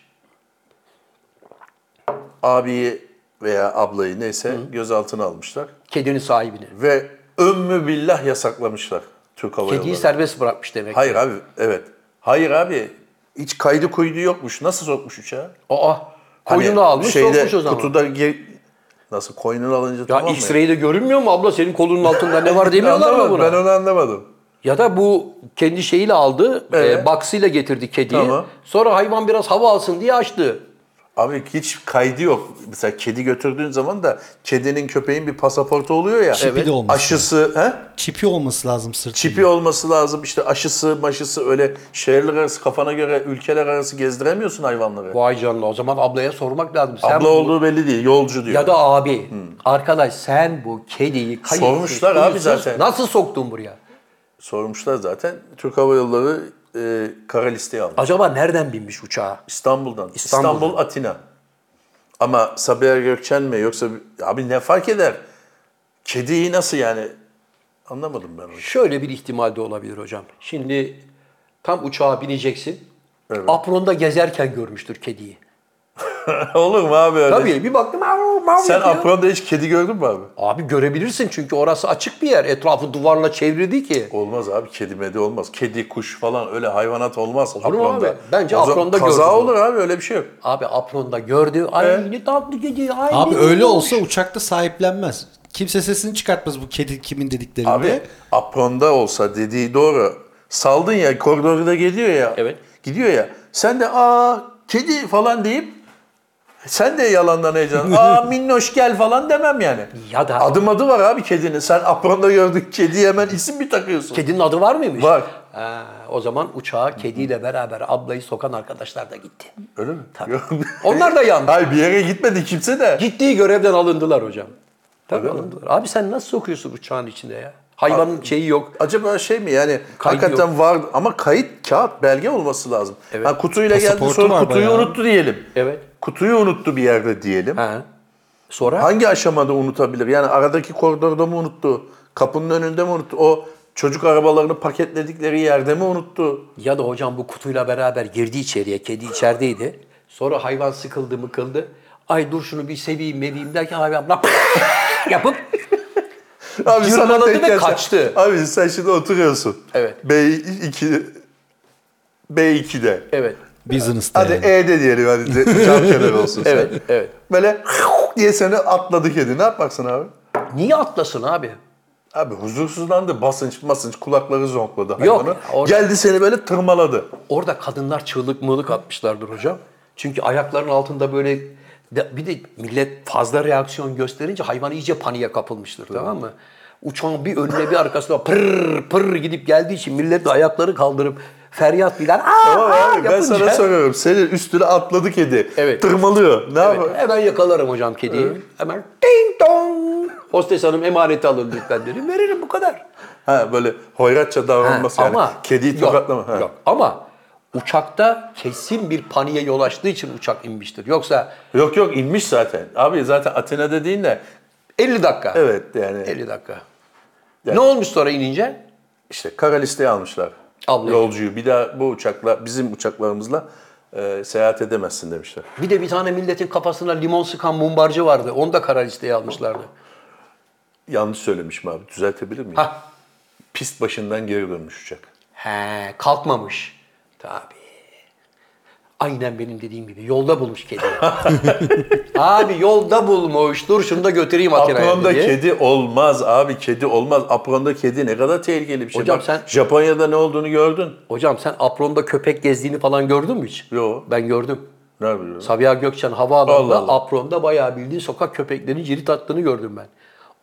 Speaker 2: Abiyi veya ablayı neyse gözaltına almışlar.
Speaker 3: Kedinin sahibini.
Speaker 2: Ve ömmü billah yasaklamışlar Türk Hava
Speaker 3: Kediyi
Speaker 2: Yolları.
Speaker 3: serbest bırakmış demek.
Speaker 2: Hayır abi evet. Hayır abi hiç kaydı kuydu yokmuş. Nasıl sokmuş uçağa?
Speaker 3: Aa. Koyunu
Speaker 2: Hani
Speaker 3: almış
Speaker 2: şeyde,
Speaker 3: sokmuş o zaman.
Speaker 2: Kutuda ge- nasıl koyununu alınca
Speaker 3: Ya
Speaker 2: tamam mı?
Speaker 3: X-ray'de görünmüyor mu abla senin kolunun altında ne var demiyorlar mı
Speaker 2: Anlamadım,
Speaker 3: buna?
Speaker 2: Ben onu anlamadım.
Speaker 3: Ya da bu kendi şeyiyle aldı,
Speaker 2: Evet.
Speaker 3: e, box'ıyla getirdi kediyi.
Speaker 2: Tamam.
Speaker 3: Sonra hayvan biraz hava alsın diye açtı.
Speaker 2: Abi hiç kaydı yok. Mesela kedi götürdüğün zaman da kedinin köpeğin bir pasaportu oluyor ya.
Speaker 4: Çipi de olması
Speaker 2: Aşısı, he?
Speaker 4: Çipi olması lazım sırtında.
Speaker 2: Çipi olması lazım. İşte aşısı, maşısı öyle şehirler arası kafana göre ülkeler arası gezdiremiyorsun hayvanları.
Speaker 3: Vay canına o zaman ablaya sormak lazım. Sen
Speaker 2: Abla
Speaker 3: bu-
Speaker 2: olduğu belli değil. Yolcu diyor.
Speaker 3: Ya da abi. Arkadaş sen bu kediyi kayıtsız,
Speaker 2: Hmm. Sormuşlar abi
Speaker 3: kuyusuz
Speaker 2: zaten.
Speaker 3: Nasıl soktun buraya?
Speaker 2: Sormuşlar zaten. Türk Hava Yolları e, kara listeye almış.
Speaker 3: Acaba nereden binmiş uçağa?
Speaker 2: İstanbul'dan.
Speaker 3: İstanbul'dan.
Speaker 2: İstanbul, Atina. Ama Sabiha Gökçen mi yoksa abi ne fark eder? Kediyi nasıl yani? Anlamadım ben onu.
Speaker 3: Şöyle bir ihtimal de olabilir hocam. Şimdi tam uçağa bineceksin. Apronda gezerken görmüştür kediyi.
Speaker 2: Olur mu abi öyle?
Speaker 3: Tabii bir baktım "Av, av"
Speaker 2: Sen
Speaker 3: yapıyor.
Speaker 2: apronda hiç kedi gördün mü abi?
Speaker 3: Abi görebilirsin çünkü orası açık bir yer. Etrafı duvarla çevrildi ki.
Speaker 2: Olmaz abi kedi medi olmaz. Kedi, kuş falan öyle hayvanat olmaz
Speaker 3: mu
Speaker 2: apronda.
Speaker 3: abi? Bence
Speaker 2: O zaman
Speaker 3: apronda
Speaker 2: Kaza
Speaker 3: gördüm.
Speaker 2: olur abi öyle bir şey yok.
Speaker 3: Abi apronda gördü. Ay ne tatlı kedi. Ay
Speaker 4: Abi
Speaker 3: ne
Speaker 4: öyle
Speaker 3: tatlı.
Speaker 4: olsa uçakta sahiplenmez. Kimse sesini çıkartmaz bu kedi kimin dediklerinde.
Speaker 2: Abi apronda olsa dediği doğru. Saldın ya koridorda geliyor ya.
Speaker 3: Evet.
Speaker 2: Gidiyor ya. Sen de aa kedi falan deyip sen de yalandan heyecan. Aa minnoş gel falan demem yani.
Speaker 3: Ya da-
Speaker 2: Adım adı var abi kedinin. Sen apronda gördün kediye hemen isim mi takıyorsun?
Speaker 3: Kedinin adı var mıymış?
Speaker 2: Var.
Speaker 3: Ha, o zaman uçağa kediyle beraber ablayı sokan arkadaşlar da gitti.
Speaker 2: Öyle mi?
Speaker 3: Tabii. Onlar da yandı.
Speaker 2: Hayır bir yere gitmedi kimse de.
Speaker 3: Gittiği görevden alındılar hocam. Tabii alındılar. Abi sen nasıl sokuyorsun uçağın içine ya? Hayvanın şeyi yok.
Speaker 2: Acaba şey mi yani
Speaker 3: Kaydı
Speaker 2: hakikaten var ama kayıt, kağıt, belge olması lazım.
Speaker 3: Evet.
Speaker 2: Ha, kutuyla geldi
Speaker 4: Pasaportu
Speaker 2: sonra
Speaker 4: var
Speaker 2: kutuyu
Speaker 4: bayağı.
Speaker 2: unuttu diyelim.
Speaker 3: Evet.
Speaker 2: Kutuyu unuttu bir yerde diyelim.
Speaker 3: Ha. Sonra
Speaker 2: Hangi aşamada unutabilir? Yani aradaki koridorda mı unuttu? Kapının önünde mi unuttu? O çocuk arabalarını paketledikleri yerde mi unuttu?
Speaker 3: ya da hocam bu kutuyla beraber girdi içeriye. Kedi içerideydi. Sonra hayvan sıkıldı mıkıldı. Ay dur şunu bir seveyim meveyim derken hayvan lap yapıp
Speaker 2: Abi sana
Speaker 3: Yırmaladı
Speaker 2: denk
Speaker 3: ve
Speaker 2: gelse-
Speaker 3: kaçtı.
Speaker 2: Abi sen şimdi oturuyorsun.
Speaker 3: Evet.
Speaker 2: B2 B2'de.
Speaker 3: evet.
Speaker 4: Business'ta
Speaker 2: Hadi
Speaker 4: yani.
Speaker 2: E'de diyelim hadi de- cam kenarı olsun sen.
Speaker 3: Evet, evet.
Speaker 2: Böyle diye seni atladı kedi. Ne yaparsın abi?
Speaker 3: Niye atlasın abi?
Speaker 2: Abi huzursuzlandı. Basınç basınç kulakları zonkladı
Speaker 3: Yok,
Speaker 2: hayvanın.
Speaker 3: orada-
Speaker 2: Geldi seni böyle tırmaladı.
Speaker 3: Orada kadınlar çığlık mığlık atmışlardır hocam. Çünkü ayakların altında böyle de- bir de millet fazla reaksiyon gösterince hayvan iyice paniğe kapılmıştır tamam mı? Uçağın bir önüne bir arkasına pırr pırr gidip geldiği için millet de ayakları kaldırıp feryat filan aa,
Speaker 2: Tamam
Speaker 3: aa
Speaker 2: abi ben
Speaker 3: yapınca-
Speaker 2: sana soruyorum. Senin üstüne atladı kedi.
Speaker 3: Evet.
Speaker 2: Tırmalıyor. Ne yapar?
Speaker 3: Evet, hemen yakalarım hocam kediyi. Hemen ding dong. Hostes hanım emaneti alın lütfen derim. Veririm bu kadar.
Speaker 2: Ha böyle hoyratça
Speaker 3: Ha,
Speaker 2: davranması yani. Kediyi
Speaker 3: yok,
Speaker 2: tokatlama. Ha.
Speaker 3: Yok ama uçakta kesin bir paniğe yol açtığı için uçak inmiştir. Yoksa
Speaker 2: Yok yok inmiş zaten. Abi zaten Atina dediğin de
Speaker 3: 50 dakika.
Speaker 2: evet yani
Speaker 3: 50 dakika. Ne olmuş sonra inince?
Speaker 2: işte kara listeye almışlar.
Speaker 3: Ablayı.
Speaker 2: Yolcuyu bir daha bu uçakla bizim uçaklarımızla e, seyahat edemezsin demişler.
Speaker 3: Bir de bir tane milletin kafasına limon sıkan mumbarcı vardı. Onu da kara listeye almışlardı.
Speaker 2: Yanlış söylemişim abi. Düzeltebilir miyim?
Speaker 3: Hah.
Speaker 2: Pist başından geri dönmüş uçak.
Speaker 3: He, kalkmamış. Tabii. Aynen benim dediğim gibi. Yolda bulmuş kedi. Abi yolda bulmuş. Dur şunu da götüreyim Atina'ya
Speaker 2: Apronda
Speaker 3: dedi.
Speaker 2: kedi olmaz abi kedi olmaz. Apronda kedi ne kadar tehlikeli bir şey.
Speaker 3: Hocam
Speaker 2: Bak,
Speaker 3: sen-
Speaker 2: Japonya'da ne olduğunu gördün.
Speaker 3: Hocam sen apronda köpek gezdiğini falan gördün mü hiç?
Speaker 2: Yo.
Speaker 3: Ben gördüm.
Speaker 2: Ne biliyorum?
Speaker 3: Sabiha Gökçen
Speaker 2: Allah
Speaker 3: havaalanında
Speaker 2: Allah.
Speaker 3: apronda bayağı bildiğin sokak köpeklerinin cirit attığını gördüm ben.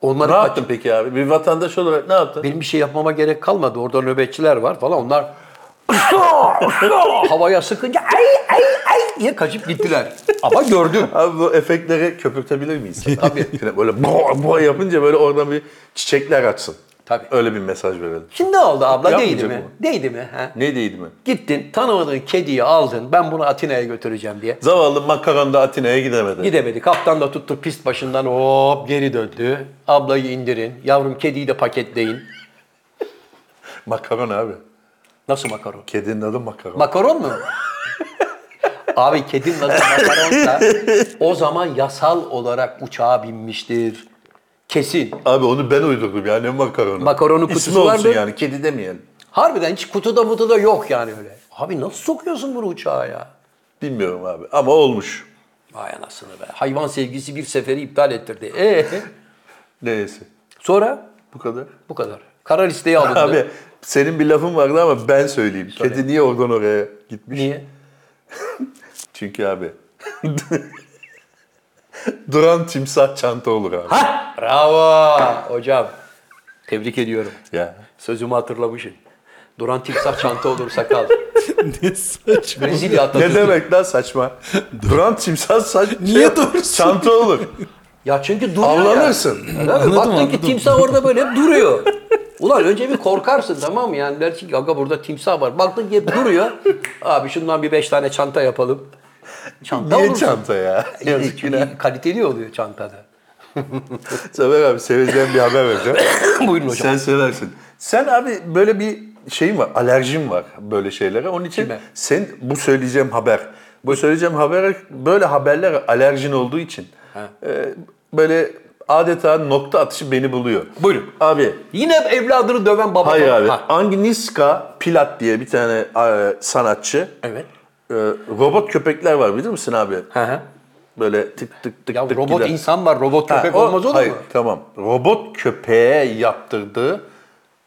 Speaker 3: Onları
Speaker 2: Ne
Speaker 3: kaç-
Speaker 2: yaptın peki abi? Bir vatandaş olarak ne yaptın?
Speaker 3: Benim bir şey yapmama gerek kalmadı. Orada nöbetçiler var falan. Onlar havaya sıkınca ay ay ay diye kaçıp gittiler. Ama gördüm.
Speaker 2: Abi bu efektleri köpürtebilir miyiz?
Speaker 3: Tabii.
Speaker 2: Yine böyle boğa boğa yapınca böyle oradan bir çiçekler açsın.
Speaker 3: Tabii.
Speaker 2: Öyle bir mesaj verelim.
Speaker 3: Şimdi ne oldu abla? Değdi
Speaker 2: Yapmayacak
Speaker 3: mi? Değdi mi? Ha?
Speaker 2: Ne diyeyim mi?
Speaker 3: Gittin tanımadığın kediyi aldın. Ben bunu Atina'ya götüreceğim diye.
Speaker 2: Zavallı makaron da Atina'ya gidemedi.
Speaker 3: Gidemedi. Kaptan da tuttu pist başından hop geri döndü. Ablayı indirin. Yavrum kediyi de paketleyin.
Speaker 2: makaron abi.
Speaker 3: Nasıl makaron?
Speaker 2: Kedinin adı makaron.
Speaker 3: Makaron mu? Abi kedinin adı makaronsa o zaman yasal olarak uçağa binmiştir. Kesin.
Speaker 2: abi onu ben uydurdum yani ne makaronu.
Speaker 3: Makaronu
Speaker 2: İsmi
Speaker 3: kutusu
Speaker 2: olsun
Speaker 3: vardı.
Speaker 2: yani kedi demeyelim.
Speaker 3: Harbiden hiç kutuda mutuda yok yani öyle. Abi nasıl sokuyorsun bunu uçağa ya?
Speaker 2: Bilmiyorum abi ama olmuş.
Speaker 3: Vay anasını be. Hayvan sevgisi bir seferi iptal ettirdi. E
Speaker 2: Neyse
Speaker 3: sonra
Speaker 2: bu kadar.
Speaker 3: bu kadar. Kara listeye alındı.
Speaker 2: Abi senin bir lafın vardı ama ben söyleyeyim. Kedi niye oradan oraya gitmiş?
Speaker 3: Niye?
Speaker 2: Çünkü abi duran timsah çanta olur abi.
Speaker 3: Hah! Bravo hocam. Tebrik ediyorum.
Speaker 2: Ya.
Speaker 3: Sözümü hatırlamışsın. Duran timsah çanta olur sakal.
Speaker 2: e-
Speaker 4: ne saçma.
Speaker 3: Brezilya
Speaker 2: Ne
Speaker 3: Atatürk'ü.
Speaker 2: demek lan saçma? Duran timsah saç
Speaker 4: Niye dursun?
Speaker 2: çanta olur.
Speaker 3: Ya çünkü duruyor
Speaker 2: Avlanırsın.
Speaker 3: ya. Tabii,
Speaker 4: Anladım,
Speaker 3: Baktın ki
Speaker 4: anladım.
Speaker 3: timsah orada böyle hep duruyor. Ulan önce bir korkarsın tamam mı? Yani dersin ki aga burada timsah var. Baktın ki hep duruyor. Abi şundan bir beş tane çanta yapalım. Çanta
Speaker 2: Niye
Speaker 3: olursun.
Speaker 2: çanta ya? Yazık
Speaker 3: Çünkü
Speaker 2: günah.
Speaker 3: Kaliteli oluyor çantada.
Speaker 2: Sever abi seveceğim bir haber vereceğim.
Speaker 3: Buyurun hocam.
Speaker 2: Sen seversin. Sen abi böyle bir şeyin var, alerjin var böyle şeylere. Onun için
Speaker 3: Kime?
Speaker 2: sen bu söyleyeceğim haber, bu söyleyeceğim haber böyle haberler alerjin olduğu için e, böyle adeta nokta atışı beni buluyor.
Speaker 3: Buyurun.
Speaker 2: Abi
Speaker 3: Yine evladını döven baba.
Speaker 2: hayır abi.
Speaker 3: Ha,
Speaker 2: Agnieszka Pilat diye bir tane e, sanatçı.
Speaker 3: Evet.
Speaker 2: E, robot köpekler var bilir misin abi?
Speaker 3: Hı hı.
Speaker 2: Böyle tık tık tık
Speaker 3: Ya
Speaker 2: tık
Speaker 3: robot
Speaker 2: giden.
Speaker 3: insan var, robot
Speaker 2: Ha,
Speaker 3: köpek
Speaker 2: o-
Speaker 3: olmaz olur
Speaker 2: hayır,
Speaker 3: mu?
Speaker 2: tamam. Robot köpeğe yaptırdığı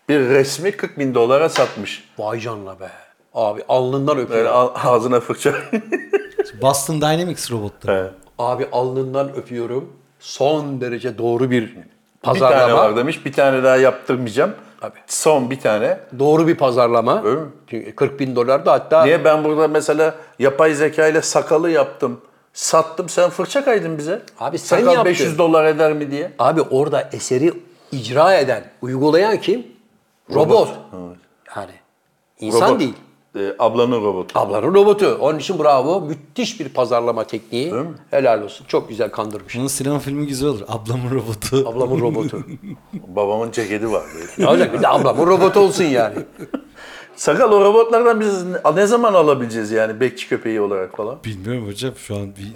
Speaker 2: bir resmi 40 bin dolara satmış.
Speaker 3: Vay canına be. Abi alnından öpüyorum.
Speaker 2: Böyle a- ağzına fırça.
Speaker 4: Boston Dynamics robotları.
Speaker 2: Evet.
Speaker 3: Abi alnından öpüyorum. Son derece doğru bir
Speaker 2: bir tane
Speaker 3: pazarlama.
Speaker 2: var demiş. Bir tane daha yaptırmayacağım.
Speaker 3: Tabii.
Speaker 2: Son bir tane.
Speaker 3: doğru bir pazarlama.
Speaker 2: Öyle mi?
Speaker 3: Çünkü 40 bin dolar da hatta
Speaker 2: Niye ben burada mesela yapay zeka ile sakalı yaptım. Sattım sen fırça kaydın bize.
Speaker 3: Abi sen
Speaker 2: Sakal
Speaker 3: yaptın.
Speaker 2: 500 dolar eder mi diye.
Speaker 3: abi orada eseri icra eden, uygulayan kim? Robot. Yani insan
Speaker 2: Robot.
Speaker 3: değil.
Speaker 2: Ee, ablanın robotu.
Speaker 3: Ablanın robotu. Onun için bravo. Müthiş bir pazarlama tekniği. Helal olsun. Çok güzel kandırmış.
Speaker 4: Bunun sinema filmi güzel olur. Ablamın robotu.
Speaker 3: Ablamın robotu.
Speaker 2: Babamın ceketi vardı.
Speaker 3: ne olacak? Bir de ablamın robotu olsun yani.
Speaker 2: Sakal o robotlardan biz ne- ne zaman alabileceğiz yani bekçi köpeği olarak falan?
Speaker 4: Bilmiyorum hocam şu an bir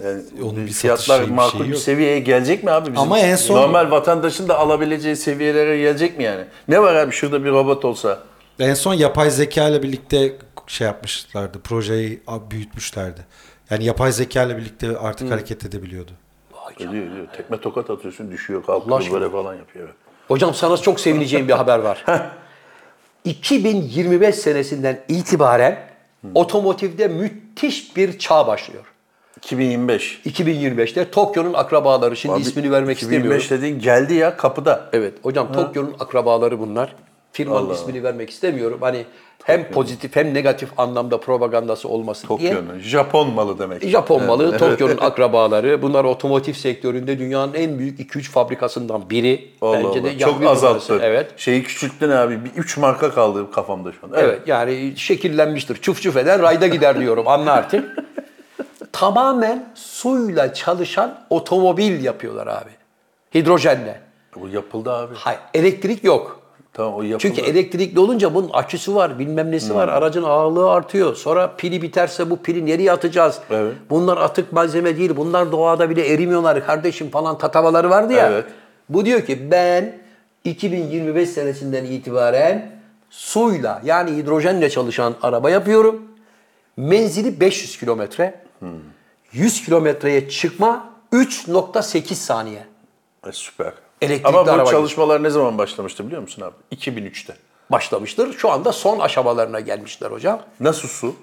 Speaker 4: onun bir satış
Speaker 2: Fiyatlar
Speaker 4: şeyi, bir
Speaker 2: makul
Speaker 3: şey
Speaker 4: şeyi
Speaker 2: bir şey-
Speaker 4: yok.
Speaker 2: seviyeye gelecek mi abi bizim?
Speaker 4: Ama en son-
Speaker 2: Normal vatandaşın da alabileceği seviyelere gelecek mi yani? Ne var abi şurada bir robot olsa?
Speaker 4: En son yapay zeka ile birlikte şey yapmışlardı. Projeyi büyütmüşlerdi. Yani yapay zeka ile birlikte artık hareket edebiliyordu.
Speaker 2: Ölüyor, ölüyor. Tekme tokat atıyorsun düşüyor
Speaker 3: Allah
Speaker 2: kalkıyor
Speaker 3: aşkına.
Speaker 2: böyle falan yapıyor.
Speaker 3: Hocam sana çok sevineceğim bir haber var. 2025 senesinden itibaren otomotivde müthiş bir çağ başlıyor.
Speaker 2: 2025.
Speaker 3: 2025'te Tokyo'nun akrabaları şimdi
Speaker 2: Abi,
Speaker 3: ismini vermek
Speaker 2: 2025
Speaker 3: istemiyorum.
Speaker 2: dediğin geldi ya kapıda.
Speaker 3: Evet hocam Tokyo'nun akrabaları bunlar. Firmanın
Speaker 2: Allah
Speaker 3: ismini vermek istemiyorum. Hani hem pozitif hem negatif anlamda propagandası olmasın diye.
Speaker 2: Tokyo'nun. Japon malı demek.
Speaker 3: Japon malı, Tokyo'nun akrabaları. Bunlar otomotiv sektöründe dünyanın en büyük 2-3 fabrikasından biri.
Speaker 2: Allah
Speaker 3: Bence de
Speaker 2: Allah. Çok
Speaker 3: yapı numarası.
Speaker 2: azalttı.
Speaker 3: Evet.
Speaker 2: Şeyi küçülttün abi. Bir üç marka kaldı kafamda şu an.
Speaker 3: Evet yani şekillenmiştir. Çuf çuf eden rayda gider diyorum anla artık. Tamamen suyla çalışan otomobil yapıyorlar abi. Hidrojenle.
Speaker 2: Bu yapıldı abi.
Speaker 3: Hayır elektrik yok.
Speaker 2: Tamam o yapıldı.
Speaker 3: Çünkü elektrikli olunca bunun aküsü var, bilmem nesi var,
Speaker 2: Hmm.
Speaker 3: aracın ağırlığı artıyor. Sonra pili biterse bu pili nereye atacağız?
Speaker 2: Evet.
Speaker 3: Bunlar atık malzeme değil, bunlar doğada bile erimiyorlar kardeşim falan tatavaları vardı ya.
Speaker 2: Evet.
Speaker 3: Bu diyor ki ben 2025 senesinden itibaren suyla yani hidrojenle çalışan araba yapıyorum. Menzili 500 kilometre,
Speaker 2: Hmm.
Speaker 3: 100 kilometreye çıkma 3.8 saniye.
Speaker 2: E, süper.
Speaker 3: Elektrikli
Speaker 2: Ama bu
Speaker 3: araba
Speaker 2: çalışmalar ne zaman başlamıştı biliyor musun abi? 2003'te.
Speaker 3: Başlamıştır. Şu anda son aşamalarına gelmişler hocam.
Speaker 2: Nasıl su?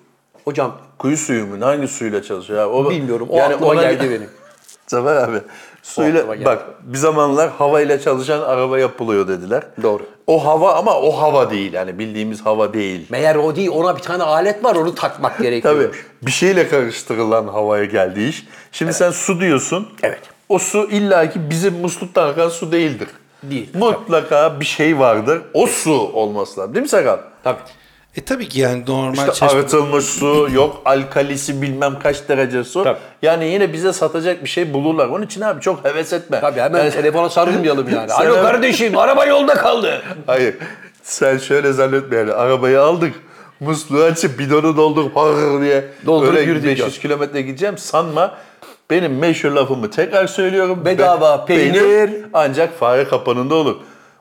Speaker 3: Hocam
Speaker 2: Kuyu suyu mu? Hangi suyla çalışıyor abi? O,
Speaker 3: Bilmiyorum. O aklıma geldi benim.
Speaker 2: Zafer abi.
Speaker 3: aklıma
Speaker 2: Suyla
Speaker 3: geldi.
Speaker 2: bak bir zamanlar havayla çalışan araba yapılıyor dediler.
Speaker 3: Doğru.
Speaker 2: O hava ama o hava değil. Yani bildiğimiz hava değil.
Speaker 3: Meğer o değil ona bir tane alet var onu takmak
Speaker 2: Tabii.
Speaker 3: gerekiyormuş.
Speaker 2: Bir şeyle karıştırılan havaya geldi iş. Şimdi sen su diyorsun.
Speaker 3: Evet.
Speaker 2: O su illaki bizim musluktan akan su değildir.
Speaker 3: Değil.
Speaker 2: Mutlaka bir şey vardır. O su olması lazım. Değil mi Sakal?
Speaker 3: Tabii.
Speaker 4: E tabii ki yani normal
Speaker 2: İşte
Speaker 4: çeşme-
Speaker 2: arıtılmış su, yok alkalisi bilmem kaç derece su.
Speaker 3: Tabii.
Speaker 2: Yani yine bize satacak bir şey bulurlar. Onun için abi çok heves etme.
Speaker 3: Tabii hemen
Speaker 2: Yani-
Speaker 3: telefona sarılmayalım yani.
Speaker 2: Sen
Speaker 3: Alo
Speaker 2: hemen-
Speaker 3: kardeşim araba yolda kaldı.
Speaker 2: Hayır. Sen şöyle zannetme yani arabayı aldık. Musluğu açıp bidonu doldur parr diye.
Speaker 3: Doldurup
Speaker 2: öyle
Speaker 3: yürü
Speaker 2: 500
Speaker 3: diyeceğim.
Speaker 2: kilometre gideceğim sanma. Benim meşhur lafımı tekrar söylüyorum.
Speaker 3: Bedava peynir.
Speaker 2: ancak fare kapanında olur.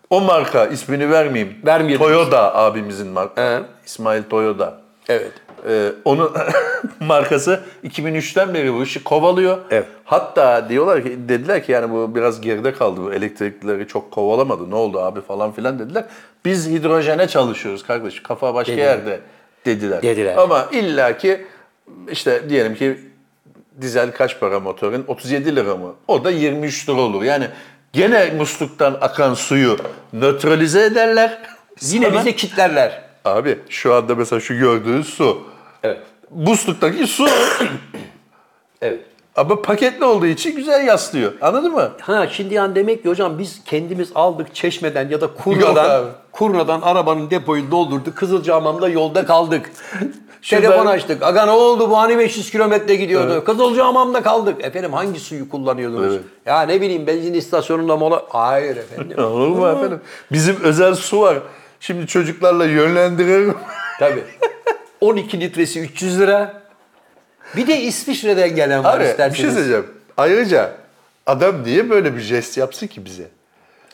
Speaker 2: O marka ismini vermeyeyim.
Speaker 3: Vermeyelim.
Speaker 2: Toyota abimizin marka.
Speaker 3: He.
Speaker 2: İsmail Toyota.
Speaker 3: Evet.
Speaker 2: Ee, onun markası 2003'ten beri bu işi kovalıyor.
Speaker 3: Evet.
Speaker 2: Hatta diyorlar ki dediler ki yani bu biraz geride kaldı. Bu elektrikleri çok kovalamadı. Ne oldu abi falan filan dediler. Biz hidrojene çalışıyoruz kardeş. Kafa başka
Speaker 3: Dediler.
Speaker 2: yerde dediler.
Speaker 3: Dediler.
Speaker 2: Ama illaki işte diyelim ki dizel kaç para motorun? 37 lira mı? O da 23 lira olur. Yani gene musluktan akan suyu nötralize ederler.
Speaker 3: Yine
Speaker 2: Sana-
Speaker 3: bize kitlerler.
Speaker 2: Abi şu anda mesela şu gördüğünüz su.
Speaker 3: Evet.
Speaker 2: Busluktaki su
Speaker 3: Evet.
Speaker 2: ama paketli olduğu için güzel yaslıyor. Anladın mı?
Speaker 3: Ha şimdi yani demek ki hocam biz kendimiz aldık çeşmeden ya da
Speaker 2: Yok
Speaker 3: kurnadan
Speaker 2: abi.
Speaker 3: kurnadan arabanın depoyu doldurduk. Kızılcahamam'da yolda kaldık.
Speaker 2: Şuradan-
Speaker 3: Telefon açtık. Aga ne oldu bu hani 500 kilometre gidiyordu. Kızılcahamam'da kaldık. Efendim hangi suyu kullanıyordunuz?
Speaker 2: Evet.
Speaker 3: Ya ne bileyim benzin istasyonunda mola... Hayır efendim.
Speaker 2: Olur mu efendim? Bizim özel su var. Şimdi çocuklarla yönlendiriyorum.
Speaker 3: Tabii. 12 litresi 300 lira. Bir de İsviçre'den gelen var
Speaker 2: Abi bir şey
Speaker 3: isterseniz.
Speaker 2: söyleyeceğim. Ayrıca adam niye böyle bir jest yapsın ki bize?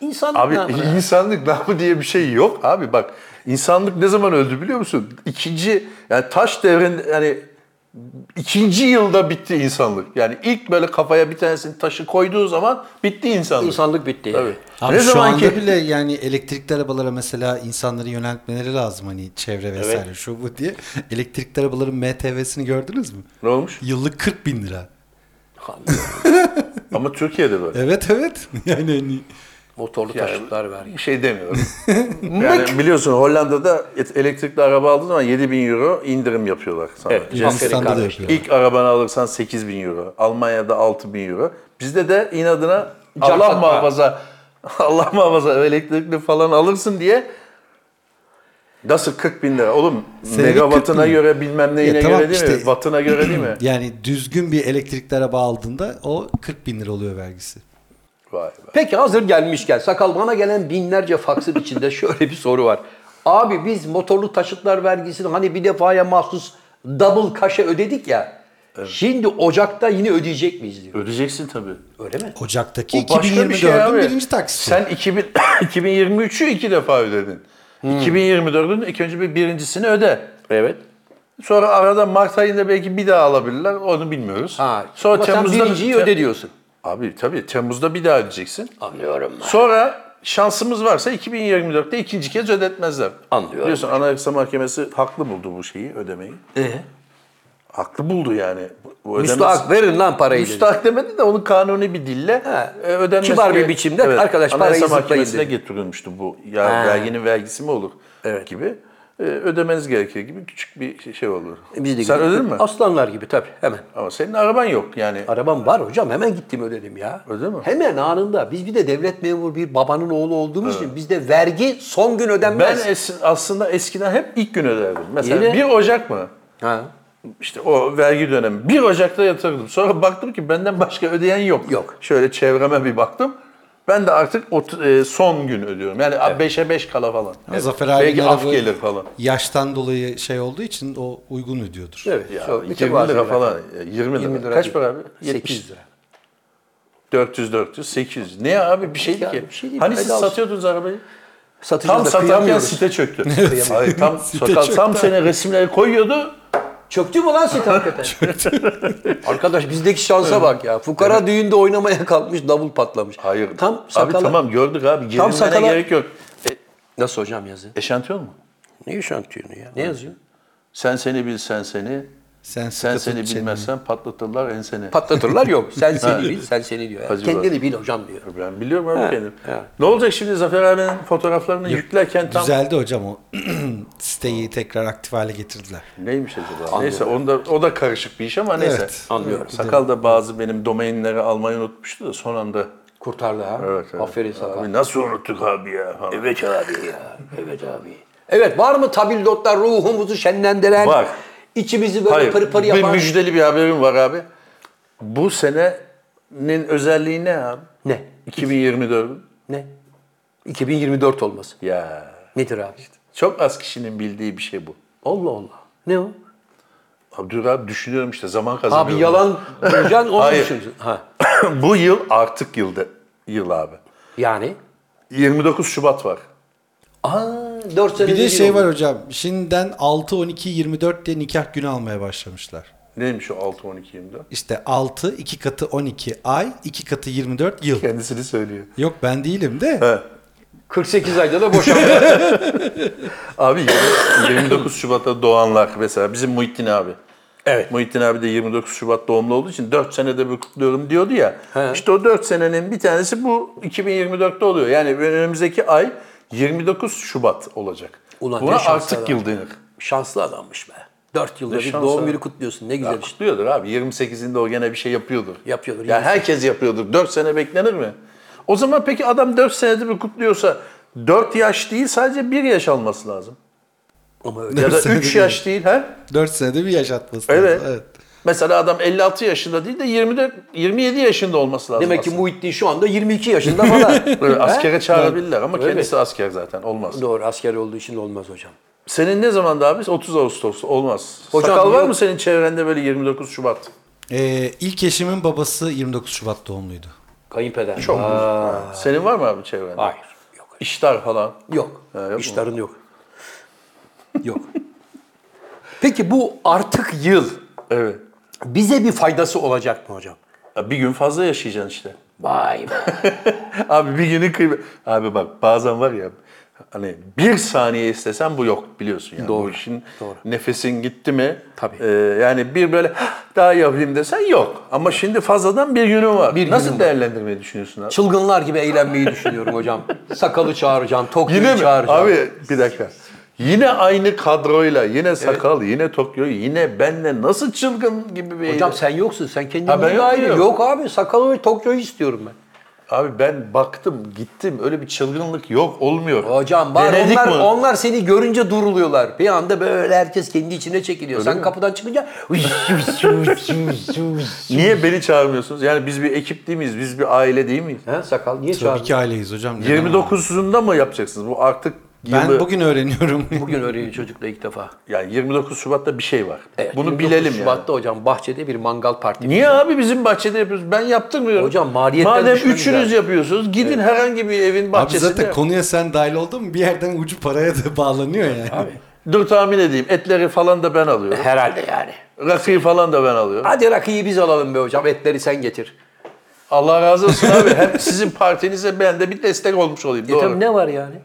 Speaker 3: İnsanlık
Speaker 2: Abi
Speaker 3: namına.
Speaker 2: insanlık namı diye bir şey yok abi bak. insanlık ne zaman öldü biliyor musun? İkinci yani taş devrin yani ikinci yılda bitti insanlık. Yani ilk böyle kafaya bir tanesini taşı koyduğu zaman bitti insanlık.
Speaker 3: İnsanlık bitti.
Speaker 2: Tabii.
Speaker 4: Abi
Speaker 2: ne
Speaker 4: şu
Speaker 2: zaman ki
Speaker 4: anda bile yani elektrikli arabalara mesela insanları yöneltmeleri lazım hani çevre vesaire şu bu diye. Elektrikli arabaların MTV'sini gördünüz mü?
Speaker 2: ne olmuş?
Speaker 4: Yıllık 40 bin lira.
Speaker 2: Ama Türkiye'de böyle.
Speaker 4: Evet evet. Yani hani
Speaker 3: Motorlu taşıtlar var.
Speaker 2: Bir şey demiyorum. yani biliyorsun Hollanda'da et- elektrikli araba aldığın zaman 7000 euro indirim yapıyorlar sana.
Speaker 3: Evet.
Speaker 2: Cep-
Speaker 3: Aferin
Speaker 4: Yunanistan'da da
Speaker 3: kardeşim.
Speaker 4: yapıyorlar.
Speaker 2: İlk arabanı alırsan 8000 euro. Almanya'da 6000 euro. Bizde de inadına
Speaker 3: Cam
Speaker 2: Allah
Speaker 3: satma.
Speaker 2: muhafaza Allah muhafaza elektrikli falan alırsın diye nasıl 40 bin lira? Oğlum
Speaker 4: Senelik 40
Speaker 2: megawattına
Speaker 4: bin.
Speaker 2: göre bilmem neyine
Speaker 4: Ya tamam
Speaker 2: göre değil mi?
Speaker 4: işte.
Speaker 2: Wattına göre değil mi?
Speaker 4: Yani düzgün bir elektrikli araba aldığında o 40 bin lira oluyor vergisi.
Speaker 2: Vay be.
Speaker 3: Peki hazır gelmişken sakal bana gelen binlerce faksın içinde şöyle bir soru var. Abi biz motorlu taşıtlar vergisini hani bir defaya mahsus double kaşe ödedik ya. Şimdi Ocak'ta yine ödeyecek miyiz diyor.
Speaker 2: Ödeyeceksin tabii.
Speaker 3: Öyle mi?
Speaker 4: Ocak'taki
Speaker 2: O başka
Speaker 4: 2024'ün
Speaker 2: bir şey abi.
Speaker 4: birinci taksiti.
Speaker 2: Sen 2000, 2023'ü iki defa ödedin. 2024'ün ilk önce bir birincisini öde.
Speaker 3: Hmm. Evet.
Speaker 2: Sonra arada Mart ayında belki bir daha alabilirler. Onu bilmiyoruz.
Speaker 3: Ha,
Speaker 2: Sonra
Speaker 3: ama sen birinciyi
Speaker 2: Tem-
Speaker 3: öde diyorsun.
Speaker 2: Abi tabii Temmuz'da bir daha ödeyeceksin.
Speaker 3: Anlıyorum.
Speaker 2: Sonra şansımız varsa 2024'te ikinci kez ödetmezler.
Speaker 3: Anlıyorum.
Speaker 2: Biliyorsun Anayasa Mahkemesi haklı buldu bu şeyi ödemeyi.
Speaker 3: Ee?
Speaker 2: Haklı buldu yani. Bu- Bu ödemesi-
Speaker 3: Müstahak verin lan parayı. dedi.
Speaker 2: Müstahak demedi de onun kanuni bir dille
Speaker 3: Ha.
Speaker 2: e, ödenmesi.
Speaker 3: Kibar bir
Speaker 2: gerek-
Speaker 3: biçimde, "Arkadaş parayı
Speaker 2: Anayasa
Speaker 3: zıplayın"
Speaker 2: Mahkemesi'ne
Speaker 3: dedi.
Speaker 2: getirilmişti bu. Ya
Speaker 3: Ha.
Speaker 2: verginin vergisi mi olur
Speaker 3: Evet.
Speaker 2: gibi. E, ödemeniz gerekir gibi küçük bir şey- şey olur.
Speaker 3: E, Biz de
Speaker 2: Sen
Speaker 3: gittik.
Speaker 2: ödedin mi?
Speaker 3: Aslanlar gibi tabii hemen.
Speaker 2: Ama senin araban yok yani.
Speaker 3: Arabam var hocam hemen gittim ödedim ya.
Speaker 2: Öyle mi?
Speaker 3: Hemen anında. Biz bir de devlet memuru bir babanın oğlu olduğumuz için bizde vergi son gün
Speaker 2: ben
Speaker 3: ödenmez.
Speaker 2: es- aslında eskiden hep ilk gün öderdim. Mesela
Speaker 3: Yeni-
Speaker 2: 1 Ocak mı?
Speaker 3: ha.
Speaker 2: İşte o vergi dönemi. 1 Ocak'ta yatırdım. Sonra baktım ki benden başka ödeyen yok.
Speaker 3: Yok.
Speaker 2: Şöyle çevreme bir baktım. Ben de artık ot- e, son gün ödüyorum. Yani 5'e 5 kala falan. Evet.
Speaker 4: Zafer abinin
Speaker 2: Belki af
Speaker 4: arabı
Speaker 2: gelir falan.
Speaker 4: Yaştan dolayı şey olduğu için o uygun ödüyordur.
Speaker 3: Evet.
Speaker 2: Ya
Speaker 3: so-
Speaker 2: 20
Speaker 3: mütevazı
Speaker 2: lira
Speaker 3: bir
Speaker 2: falan.
Speaker 3: rakam.
Speaker 2: 20 lira.
Speaker 3: 20 lira
Speaker 2: Kaç
Speaker 3: değil.
Speaker 2: para abi?
Speaker 3: 8 lira.
Speaker 2: 400, 400, 800. Ne abi bir şey
Speaker 3: Ya
Speaker 2: ki?
Speaker 3: bir şey değil,
Speaker 2: hani siz
Speaker 3: bedava.
Speaker 2: satıyordunuz arabayı?
Speaker 3: Satıcıya
Speaker 2: Tam
Speaker 3: da
Speaker 2: satarken
Speaker 3: kıyamıyoruz.
Speaker 2: site çöktü. Hayır, tam sokak,
Speaker 4: çöktü.
Speaker 2: tam sene resimleri koyuyordu.
Speaker 3: Çöktü mü lan sit hakikaten? Arkadaş bizdeki şansa bak ya. Fukara düğünde oynamaya kalkmış davul patlamış.
Speaker 2: Hayır.
Speaker 3: Tam sakala.
Speaker 2: Abi tamam gördük abi. Gerilmene
Speaker 3: sakala-
Speaker 2: gerek yok. E,
Speaker 3: Nasıl hocam yazıyor?
Speaker 2: eşantiyon mu?
Speaker 3: Ne şantiyonu ya? Ne yazıyor?
Speaker 2: Sen seni bil sen seni.
Speaker 4: Sen
Speaker 2: Sen
Speaker 4: sıkı
Speaker 2: seni
Speaker 4: tut çeneni.
Speaker 2: bilmezsen patlatırlar enseni.
Speaker 3: Patlatırlar yok. Sen seni bil, sen seni diyor.
Speaker 2: Hacı
Speaker 3: Kendini bil hocam diyor.
Speaker 2: ben biliyorum abi kendim.
Speaker 3: ha.
Speaker 2: Ne olacak şimdi Zafer abinin fotoğraflarını yüklerken tam
Speaker 4: Düzeldi hocam o. Siteyi tekrar aktif hale getirdiler.
Speaker 2: neymiş acaba? Neyse onu da, o da karışık bir iş ama neyse.
Speaker 4: Evet.
Speaker 3: Anlıyorum.
Speaker 2: Sakal da bazı benim domainleri almayı unutmuştu da son anda.
Speaker 3: Kurtardı ha.
Speaker 2: Evet, evet.
Speaker 3: Aferin sakal.
Speaker 2: Abi nasıl unuttuk abi ya? falan.
Speaker 3: Evet abi ya. Evet abi. Evet var mı tabildotlar ruhumuzu şenlendiren?
Speaker 2: Var.
Speaker 3: İçimizi böyle
Speaker 2: Hayır,
Speaker 3: pırpır
Speaker 2: bir
Speaker 3: yapan.
Speaker 2: müjdeli bir haberim var abi. Bu senenin özelliği ne abi?
Speaker 3: Ne?
Speaker 2: 2024'ün.
Speaker 3: Ne? 2024 olması.
Speaker 2: Ya
Speaker 3: Nedir abi?
Speaker 2: çok az kişinin bildiği bir şey bu.
Speaker 3: Allah Allah. Ne o?
Speaker 2: Abdur abi düşünüyorum işte zaman kazanıyorum.
Speaker 3: Abi yalan duracaksın onu
Speaker 2: Hayır.
Speaker 3: düşünsün. Ha.
Speaker 2: bu yıl artık yılda yıl abi.
Speaker 3: Yani?
Speaker 2: 29 Şubat var.
Speaker 3: Aa, 4 sene
Speaker 4: Bir de şey var hocam. Şimdiden 6 12 24 diye nikah günü almaya başlamışlar.
Speaker 2: Neymiş o 6 12 24?
Speaker 4: İşte 6 2 katı 12 ay, 2 katı 24 yıl.
Speaker 2: Kendisini söylüyor.
Speaker 4: Yok ben değilim de.
Speaker 3: 48 ayda da boşanma.
Speaker 2: Abi yirmi- 29 Şubat'ta doğanlar mesela bizim Muhittin abi.
Speaker 3: evet.
Speaker 2: Muhittin abi de 29 Şubat doğumlu olduğu için 4 senede bir kutluyorum diyordu ya.
Speaker 3: He.
Speaker 2: İşte o 4 senenin bir tanesi bu 2024'te oluyor. Yani önümüzdeki ay 29 Şubat olacak.
Speaker 3: Ulan ne
Speaker 2: Buna
Speaker 3: şanslı
Speaker 2: artık
Speaker 3: adam.
Speaker 2: yıl denir.
Speaker 3: Şanslı adammış be. 4 yılda
Speaker 2: Ne
Speaker 3: bir
Speaker 2: şansı
Speaker 3: doğum
Speaker 2: abi.
Speaker 3: günü kutluyorsun. Ne güzel
Speaker 2: Ya
Speaker 3: işte.
Speaker 2: kutluyordur abi. 28'inde o gene bir şey yapıyordur.
Speaker 3: Yapıyordur,
Speaker 2: Ya
Speaker 3: 28.
Speaker 2: herkes yapıyordur. 4 sene beklenir mi? O zaman peki adam 4 senede bir kutluyorsa 4 yaş değil sadece 1 yaş alması lazım.
Speaker 3: Ama öyle.
Speaker 2: Ya da
Speaker 4: Dört senede
Speaker 2: 3
Speaker 4: değil.
Speaker 2: yaş değil ha?
Speaker 4: 4 senede bir yaşatması
Speaker 2: Evet.
Speaker 4: lazım. Evet.
Speaker 2: Mesela adam 56 yaşında değil de 24 27 yaşında olması lazım.
Speaker 3: Demek ki
Speaker 2: aslında.
Speaker 3: Muhittin şu anda 22 yaşında falan.
Speaker 2: Böyle
Speaker 3: He?
Speaker 2: askere çağırabilirler ama
Speaker 3: Öyle.
Speaker 2: kendisi asker zaten olmaz.
Speaker 3: Doğru asker olduğu için olmaz hocam.
Speaker 2: Senin ne zaman daha biz? 30 Ağustos olmaz.
Speaker 3: Hocam
Speaker 2: Sakal var
Speaker 3: yok.
Speaker 2: mı senin çevrende böyle 29 Şubat?
Speaker 4: Ee, ilk eşimin babası 29 Şubat doğumluydu.
Speaker 3: Kayınpeder.
Speaker 2: Çok.
Speaker 3: Aa,
Speaker 2: Senin var mı abi çevrende?
Speaker 3: Hayır. Yok.
Speaker 2: İştar falan.
Speaker 3: Yok.
Speaker 2: Ha, yok mu?
Speaker 3: İşlerin yok. Yok. Peki bu artık yıl
Speaker 2: Evet.
Speaker 3: bize bir faydası olacak mı hocam?
Speaker 2: Ya Bir gün fazla yaşayacaksın işte.
Speaker 3: Vay be.
Speaker 2: Abi bir günün kıymet... Abi bak bazen var ya hani bir saniye istesen bu yok biliyorsun yani. Doğru. işin nefesin gitti mi?
Speaker 3: Tabii.
Speaker 2: e, yani bir böyle "Hah, daha yapayım desen yok. Ama şimdi fazladan bir günün var.
Speaker 3: Bir
Speaker 2: Nasıl
Speaker 3: günün var.
Speaker 2: değerlendirmeyi düşünüyorsun abi?
Speaker 3: Çılgınlar gibi eğlenmeyi düşünüyorum hocam. Sakalı çağıracağım, Tokyo'yu
Speaker 2: Yine mi?
Speaker 3: çağıracağım.
Speaker 2: Abi bir dakika. Yine aynı kadroyla, yine sakal, yine Tokyo, yine benle nasıl çılgın gibi bir...
Speaker 3: Hocam sen yoksun, sen kendin
Speaker 2: Ha, ben
Speaker 3: bir aile.
Speaker 2: yokum.
Speaker 3: Yok abi, sakalı ve Tokyo'yu istiyorum ben.
Speaker 2: Abi ben baktım, gittim. Öyle bir çılgınlık yok, olmuyor.
Speaker 3: Hocam var
Speaker 2: Denedik
Speaker 3: onlar,
Speaker 2: mi?
Speaker 3: onlar seni görünce duruluyorlar. Bir anda böyle herkes kendi içine çekiliyor. sen kapıdan çıkınca
Speaker 2: Niye beni çağırmıyorsunuz? Yani biz bir ekip değil miyiz? Biz bir aile değil miyiz?
Speaker 3: He, sakal niye
Speaker 4: Tabii
Speaker 3: çağırdın?
Speaker 4: ki aileyiz hocam. Neden olmasın?
Speaker 2: 29'unda mı yapacaksınız? Bu artık
Speaker 4: Ben
Speaker 2: yılı-
Speaker 4: bugün öğreniyorum.
Speaker 3: Bugün öğreniyor çocukla ilk defa.
Speaker 2: yani 29 Şubat'ta bir şey var.
Speaker 3: Evet,
Speaker 2: Bunu
Speaker 3: 29
Speaker 2: bilelim
Speaker 3: Şubat'ta hocam bahçede bir mangal partisi.
Speaker 2: yani. Niye abi bizim bahçede yapıyoruz? Ben yaptırmıyorum.
Speaker 3: Hocam maliyetten
Speaker 2: Madem
Speaker 3: düşmemiz
Speaker 2: üçünüz
Speaker 3: lazım.
Speaker 2: yapıyorsunuz gidin herhangi bir evin
Speaker 4: Abi
Speaker 2: bahçesinde.
Speaker 4: zaten konuya sen dahil oldun mu bir yerden ucu paraya da bağlanıyor yani.
Speaker 2: Dur tahmin edeyim. Etleri falan da ben alıyorum.
Speaker 3: Herhalde yani.
Speaker 2: Rakıyı falan da ben alıyorum.
Speaker 3: Hadi rakıyı biz alalım be hocam. Etleri sen getir.
Speaker 2: Allah razı olsun abi. Hem sizin partinize ben de bir destek olmuş olayım.
Speaker 3: E
Speaker 2: Doğru.
Speaker 3: tabii ne var yani?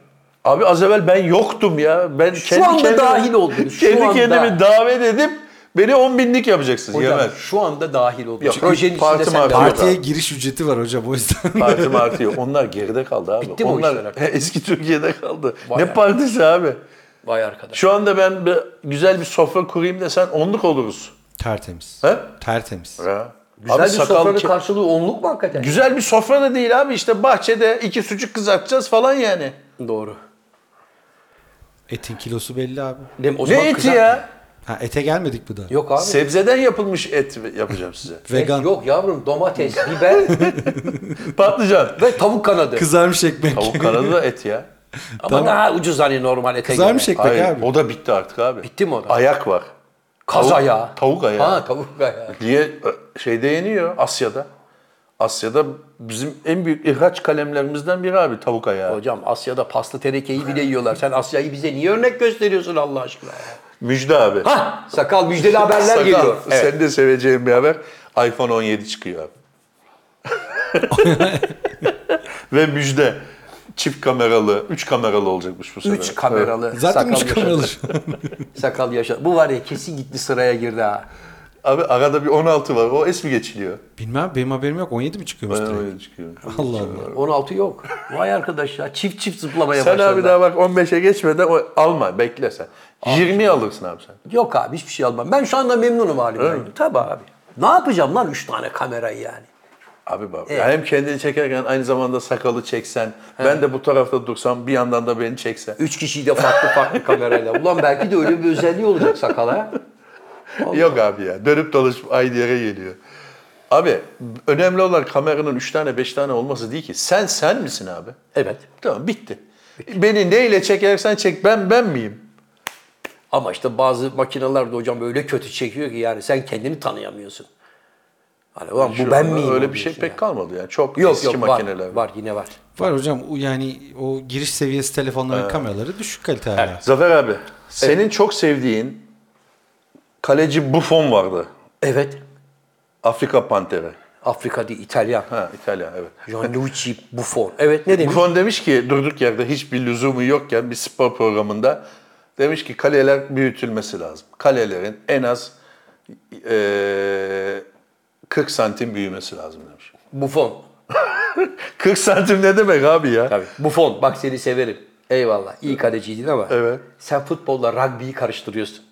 Speaker 2: Abi az evvel ben yoktum ya. Ben
Speaker 3: anda dahil oldunuz, şu
Speaker 2: kendi
Speaker 3: anda.
Speaker 2: kendimi davet edip Beni 10 binlik yapacaksınız.
Speaker 3: Hocam
Speaker 2: Yemez.
Speaker 3: şu anda dahil oldu.
Speaker 2: Yok,
Speaker 3: Projenin içinde
Speaker 2: parti
Speaker 3: sen
Speaker 2: marti
Speaker 3: dahil
Speaker 2: yok.
Speaker 3: oldun.
Speaker 4: Partiye giriş ücreti var hocam o yüzden.
Speaker 2: Parti marti yok. Onlar geride kaldı abi.
Speaker 3: Bitti mi o işler
Speaker 2: Onlar
Speaker 3: artık?
Speaker 2: eski Türkiye'de kaldı.
Speaker 3: Vay
Speaker 2: ne partisi abi?
Speaker 3: Vay arkadaş.
Speaker 2: Şu anda ben bir, güzel bir sofra kurayım desen onluk oluruz.
Speaker 4: Tertemiz.
Speaker 2: He?
Speaker 4: Tertemiz.
Speaker 2: Güzel
Speaker 3: Güzel bir sofranın karşılığı onluk mu hakikaten?
Speaker 2: Güzel bir sofra da değil abi işte bahçede iki sucuk kızartacağız falan yani.
Speaker 3: Doğru.
Speaker 4: Etin kilosu belli abi.
Speaker 3: Dem, o
Speaker 2: ne
Speaker 3: zaman
Speaker 2: eti
Speaker 3: kızar-
Speaker 2: ya?
Speaker 4: Ha ete gelmedik bu da.
Speaker 3: Yok abi.
Speaker 2: Sebzeden yapılmış et yapacağım size.
Speaker 4: Vegan.
Speaker 3: Yok yavrum domates, biber
Speaker 2: Patlıcan.
Speaker 3: ve tavuk kanadı.
Speaker 4: Kızarmış ekmek.
Speaker 2: Tavuk kanadı da et ya.
Speaker 3: Ama daha ucuz hani normal ete
Speaker 4: Kızarmış
Speaker 3: göre.
Speaker 4: ekmek
Speaker 2: Hayır,
Speaker 4: abi.
Speaker 2: o da bitti artık abi.
Speaker 3: Bitti mi o da?
Speaker 2: Ayak var.
Speaker 3: Kaz
Speaker 2: Tavuk-
Speaker 3: ayağı.
Speaker 2: Tavuk ayağı.
Speaker 3: Ha tavuk ayağı.
Speaker 2: Niye Ö, şeyde yeniyor Asya'da? Asya'da bizim en büyük ihraç kalemlerimizden biri abi tavuk ayağı.
Speaker 3: Hocam Asya'da paslı tenekeyi bile yiyorlar. Sen Asya'yı bize niye örnek gösteriyorsun Allah aşkına?
Speaker 2: Müjde abi.
Speaker 3: Hah sakal müjdeli haberler
Speaker 2: Sakal,
Speaker 3: geliyor. Evet.
Speaker 2: Sen de seveceğin bir haber. iPhone 17 çıkıyor abi. Ve müjde. Çift kameralı, üç kameralı olacakmış bu sefer.
Speaker 3: Üç kameralı
Speaker 4: Zaten
Speaker 3: sakal,
Speaker 4: üç kameralı.
Speaker 3: yaşadı. sakal yaşadı. Bu var ya kesin gitti sıraya girdi ha.
Speaker 2: Abi arada bir 16 var. O es mi geçiliyor?
Speaker 4: Bilmem benim haberim yok. 17 mi çıkıyormuş
Speaker 2: Ben
Speaker 4: direkt?
Speaker 2: öyle çıkıyor.
Speaker 4: Allah Allah.
Speaker 3: 16 yok. Vay arkadaş ya çift çift zıplamaya
Speaker 2: Sen
Speaker 3: başladılar.
Speaker 2: abi daha bak 15'e geçmeden o- alma bekle sen. 20 alırsın abi sen.
Speaker 3: Yok abi hiçbir şey almam. Ben şu anda memnunum halimden. Tabii abi. Ne yapacağım lan 3 tane kamerayı yani?
Speaker 2: Abi bak
Speaker 3: Evet.
Speaker 2: hem kendini çekerken aynı zamanda sakalı çeksen, ben de bu tarafta dursam bir yandan da beni çeksen.
Speaker 3: Üç kişiyi de farklı farklı kamerayla. Ulan belki de öyle bir özelliği olacak sakala.
Speaker 2: Yok abi ya dönüp dolaşıp aynı yere geliyor. Abi önemli olan kameranın 3 tane 5 tane olması değil ki. Sen sen misin abi?
Speaker 3: Evet.
Speaker 2: Tamam bitti. Beni neyle çekersen çek ben ben miyim?
Speaker 3: Ama işte bazı makineler de hocam öyle kötü çekiyor ki yani sen kendini tanıyamıyorsun. Hani ulan bu
Speaker 2: Şu
Speaker 3: ben
Speaker 2: anda
Speaker 3: miyim?
Speaker 2: Öyle bir şey
Speaker 3: diyorsun
Speaker 2: pek
Speaker 3: yani.
Speaker 2: kalmadı yani. Çok
Speaker 3: Yok
Speaker 2: eski
Speaker 3: yok
Speaker 2: makineler.
Speaker 3: var, var yine var.
Speaker 4: Var hocam o yani o giriş seviyesi telefonların kameraları düşük kalite hala.
Speaker 2: Zafer abi senin çok sevdiğin kaleci Buffon vardı.
Speaker 3: Evet.
Speaker 2: Afrika Panteri.
Speaker 3: Afrika değil İtalyan.
Speaker 2: Ha İtalya evet.
Speaker 3: Gianluigi Buffon. Evet ne demiş?
Speaker 2: Buffon demiş ki durduk yerde hiçbir lüzumu yokken bir spor programında demiş ki kaleler büyütülmesi lazım. Kalelerin en az eee, 40 santim büyümesi lazım demiş.
Speaker 3: Buffon.
Speaker 2: 40 santim ne demek abi ya?
Speaker 3: Tabii. Buffon bak seni severim. Eyvallah. İyi kaleciydin ama.
Speaker 2: Evet.
Speaker 3: Sen futbolla rugby'yi karıştırıyorsun.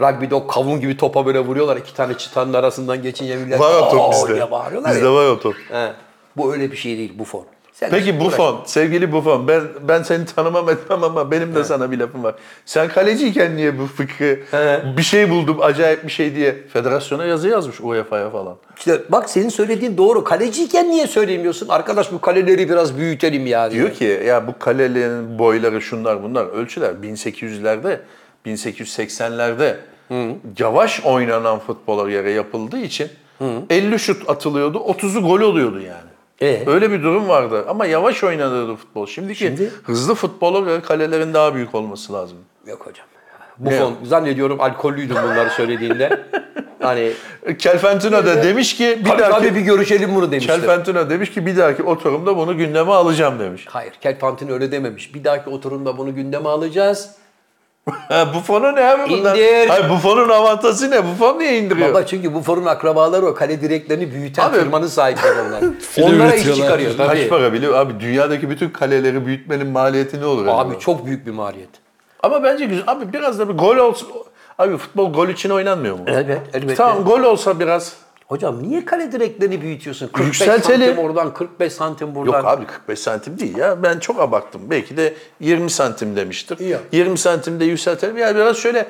Speaker 3: Rugby'de o kavun gibi topa böyle vuruyorlar. iki tane çıtanın arasından geçince millet
Speaker 2: Var o
Speaker 3: "Oo!"
Speaker 2: top bizde.
Speaker 3: diye bağırıyorlar
Speaker 2: Bizde
Speaker 3: ya.
Speaker 2: var o top.
Speaker 3: He. Bu öyle bir şey değil Buffon. Sen
Speaker 2: Peki
Speaker 3: uğraş.
Speaker 2: Buffon, sevgili Buffon, ben ben seni tanımam etmem ama benim de sana bir lafım var. Sen kaleciyken niye bu fıkı bir şey buldum acayip bir şey diye federasyona yazı yazmış UEFA'ya falan.
Speaker 3: İşte bak senin söylediğin doğru. Kaleciyken niye söylemiyorsun? Arkadaş bu kaleleri biraz büyütelim ya diyor.
Speaker 2: Diyor ki ya bu kalelerin boyları şunlar bunlar ölçüler 1800'lerde 1880'lerde yavaş oynanan futbola göre yapıldığı için 50 şut atılıyordu 30'u gol oluyordu yani.
Speaker 3: Ee?
Speaker 2: Öyle bir durum vardı ama yavaş oynanıyordu futbol. Şimdiki
Speaker 3: Şimdi?
Speaker 2: hızlı futbola göre kalelerin daha büyük olması lazım.
Speaker 3: Yok hocam. Buffon zannediyorum alkollüydüm bunları söylediğinde. hani
Speaker 2: Kelfentino E, da demiş ki bir
Speaker 3: bir abi bir
Speaker 2: dahaki
Speaker 3: görüşelim bunu demişti.
Speaker 2: Kelfentino demiş ki bir dahaki oturumda bunu gündeme alacağım demiş.
Speaker 3: Hayır, Kelpantin öyle dememiş. Bir dahaki oturumda bunu gündeme alacağız.
Speaker 2: Ha, Buffon'u ne abi bunlar?
Speaker 3: İndir.
Speaker 2: Hayır Buffon'un avantajı ne? Buffon niye indiriyor?
Speaker 3: Baba çünkü bu forun akrabaları o kale direklerini büyüten
Speaker 2: Abi-
Speaker 3: firmanın sahipleri onlar. Onlara iş
Speaker 4: üretiyorlar.
Speaker 3: çıkarıyor.
Speaker 2: Kaç
Speaker 3: Tabii.
Speaker 2: para biliyor? Abi dünyadaki bütün kaleleri büyütmenin maliyeti ne olur? acaba?
Speaker 3: Abi çok büyük bir maliyet.
Speaker 2: Ama bence güzel. Abi biraz da bir gol olsun. Abi futbol gol için oynanmıyor mu?
Speaker 3: Evet, elbette.
Speaker 2: Tamam gol olsa biraz.
Speaker 3: Hocam niye kale direklerini büyütüyorsun? 45
Speaker 2: Yükseltelim.
Speaker 3: santim oradan, 45 santim buradan.
Speaker 2: Yok abi 45 santim değil ya. Ben çok abarttım. Belki de 20 santim demiştir.
Speaker 3: Yok.
Speaker 2: 20 santimde yükseltelim. Yani biraz şöyle.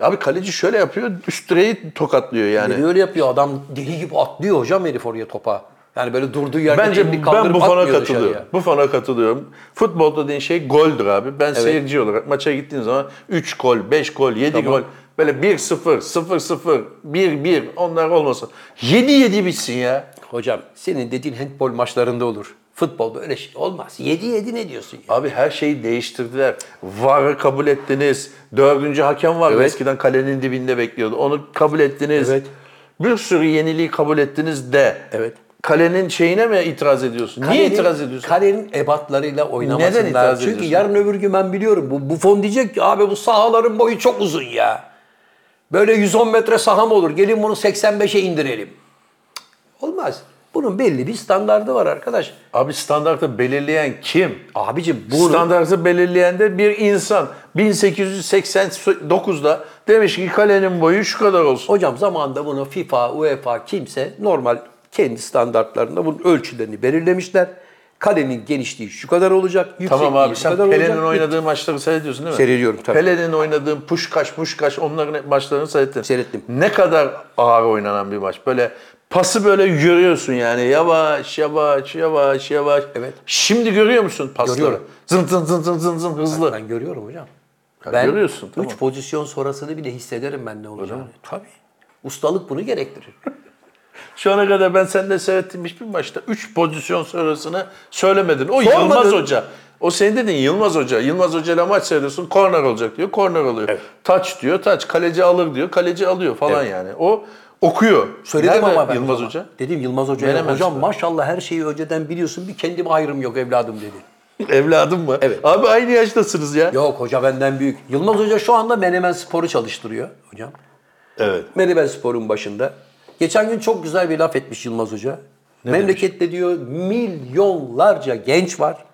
Speaker 2: Abi kaleci şöyle yapıyor. Üst direği tokatlıyor yani.
Speaker 3: Öyle yapıyor adam deli gibi atlıyor hocam herif oraya topa. Yani böyle durduğu yerden elini
Speaker 2: Bence ben
Speaker 3: kaldırıp
Speaker 2: Buffon'a
Speaker 3: atmıyor
Speaker 2: katılıyorum.
Speaker 3: dışarıya.
Speaker 2: Buffon'a katılıyorum. Futbol dediğin şey goldür abi. Ben seyirci olarak maça gittiğin zaman 3 gol, 5 gol, 7 gol böyle 1-0, 0-0, 1-1 onlar olmasın. 7-7 bitsin ya.
Speaker 3: Hocam senin dediğin handbol maçlarında olur. Futbolda öyle şey olmaz. 7-7 ne diyorsun ya?
Speaker 2: Abi her şeyi değiştirdiler. VAR'ı kabul ettiniz. Dördüncü hakem vardı
Speaker 3: Evet.
Speaker 2: eskiden kalenin dibinde bekliyordu. Onu kabul ettiniz.
Speaker 3: Evet.
Speaker 2: Bir sürü yeniliği kabul ettiniz de.
Speaker 3: Evet.
Speaker 2: Kalenin şeyine mi itiraz ediyorsun? Niye
Speaker 3: Kalenin-
Speaker 2: itiraz ediyorsun?
Speaker 3: Kalenin ebatlarıyla oynamasınlar.
Speaker 2: Neden itiraz
Speaker 3: Çünkü
Speaker 2: ediyorsun?
Speaker 3: yarın öbür gün ben biliyorum. Bu Buffon diyecek ki abi bu sahaların boyu çok uzun ya. Böyle 110 metre saha mı olur? Gelin bunu 85'e indirelim. Cık, Olmaz. Bunun belli bir standardı var arkadaş.
Speaker 2: Abi standartı belirleyen kim?
Speaker 3: Abicim bunu...
Speaker 2: Standartı belirleyen de bir insan. 1889'da demiş ki kalenin boyu şu kadar olsun.
Speaker 3: Hocam zamanında bunu FIFA, UEFA kimse normal kendi standartlarında bunun ölçülerini belirlemişler. Kalenin genişliği şu kadar olacak, yüksekliği
Speaker 2: Tamam abi
Speaker 3: şu
Speaker 2: sen
Speaker 3: kadar
Speaker 2: Pelé'nin
Speaker 3: olacak.
Speaker 2: oynadığı maçları seyrediyorsun değil mi?
Speaker 3: Seyrediyorum tabii.
Speaker 2: Pelé'nin oynadığı Puşkaş Puşkaş onların hep maçlarını seyrettin.
Speaker 3: Seyrettim.
Speaker 2: Ne kadar ağır oynanan bir maç. Böyle pası böyle yürüyorsun yani yavaş yavaş yavaş yavaş.
Speaker 3: Evet.
Speaker 2: Şimdi görüyor musun pasları?
Speaker 3: Görüyorum.
Speaker 2: Zın zın zın zın zın zın hızlı.
Speaker 3: Ben görüyorum hocam.
Speaker 2: Ya
Speaker 3: Ben
Speaker 2: görüyorsun,
Speaker 3: üç
Speaker 2: tamam.
Speaker 3: pozisyon sonrasını bile hissederim ben ne olacağını. Tabii. Ustalık bunu gerektirir.
Speaker 2: Şu ana kadar ben seninle seyrettiğim hiçbir maçta 3 pozisyon sonrasını söylemedin. O Yılmaz Hoca. O senin dedin Yılmaz Hoca. Yılmaz Hoca ile maç seyrediyorsun. Korner olacak diyor. Korner oluyor. Taç diyor. Taç. Kaleci alır diyor. Kaleci alıyor falan yani. O okuyor.
Speaker 3: Söyledim
Speaker 2: Nerede
Speaker 3: ama ben.
Speaker 2: Yılmaz
Speaker 3: ona.
Speaker 2: Hoca.
Speaker 3: Dedim Yılmaz Hoca'ya
Speaker 2: Veremez
Speaker 3: hocam
Speaker 2: işte."
Speaker 3: maşallah her şeyi önceden biliyorsun bir kendime ayrım yok evladım dedi.
Speaker 2: Evladım mı?
Speaker 3: Evet.
Speaker 2: Abi aynı yaştasınız ya.
Speaker 3: Yok hoca benden büyük. Yılmaz Hoca şu anda Menemen Spor'u çalıştırıyor hocam.
Speaker 2: Evet.
Speaker 3: Menemen Spor'un başında. Geçen gün çok güzel bir laf etmiş Yılmaz Hoca. Memlekette diyor milyonlarca genç var.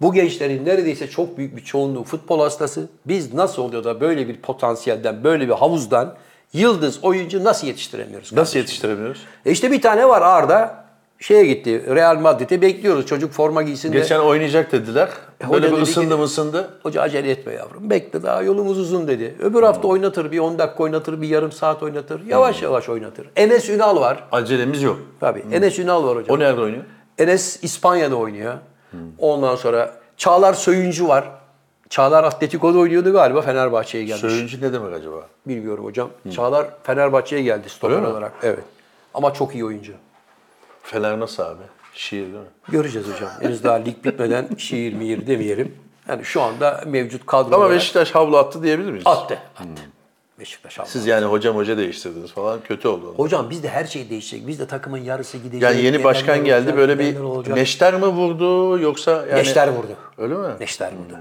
Speaker 3: Bu gençlerin neredeyse çok büyük bir çoğunluğu futbol hastası. Biz nasıl oluyor da böyle bir potansiyelden, böyle bir havuzdan yıldız oyuncu nasıl yetiştiremiyoruz?
Speaker 2: Nasıl yetiştiremiyoruz?
Speaker 3: E işte bir tane var Arda. Şeye gitti, Real Madrid'e bekliyoruz. Çocuk forma giysin de.
Speaker 2: Geçen oynayacak dediler.
Speaker 3: hoca
Speaker 2: Böyle
Speaker 3: dedi
Speaker 2: bir
Speaker 3: ki-
Speaker 2: ısındı mı ısındı.
Speaker 3: Hoca acele etme yavrum. Bekle daha yolumuz uzun dedi. Öbür hafta oynatır. Bir 10 dakika oynatır. Bir yarım saat oynatır. Yavaş yavaş oynatır. Enes Ünal var.
Speaker 2: Acelemiz yok.
Speaker 3: Tabii. Enes Ünal var hocam.
Speaker 2: Hmm. O nerede oynuyor?
Speaker 3: Enes İspanya'da oynuyor. Ondan sonra Çağlar Söyüncü var. Çağlar Atletico'da oynuyordu galiba Fenerbahçe'ye gelmiş.
Speaker 2: Söyüncü ne demek acaba?
Speaker 3: Bilmiyorum hocam. Çağlar Fenerbahçe'ye geldi stoper
Speaker 2: Öyle mi?
Speaker 3: olarak. Evet. Ama çok iyi oyuncu.
Speaker 2: Fener nasıl abi? Şiir değil mi?
Speaker 3: Göreceğiz hocam. Henüz daha lig bitmeden şiir miyir demeyelim. Yani şu anda mevcut kadro
Speaker 2: Ama
Speaker 3: olarak
Speaker 2: Beşiktaş Hmm. havlu attı diyebilir miyiz?
Speaker 3: attı. Attı. Beşiktaş aldı.
Speaker 2: Siz yani hocam hoca değiştirdiniz falan kötü oldu.
Speaker 3: Hocam bizde her şey değişecek. Bizde takımın yarısı gidecek.
Speaker 2: Yani yeni
Speaker 3: gelenler
Speaker 2: başkan geldi
Speaker 3: olacak,
Speaker 2: böyle bir
Speaker 3: gidenler olacak.
Speaker 2: neşter mi vurdu yoksa yani...
Speaker 3: Neşter vurdu.
Speaker 2: Öyle mi?
Speaker 3: Neşter vurdu.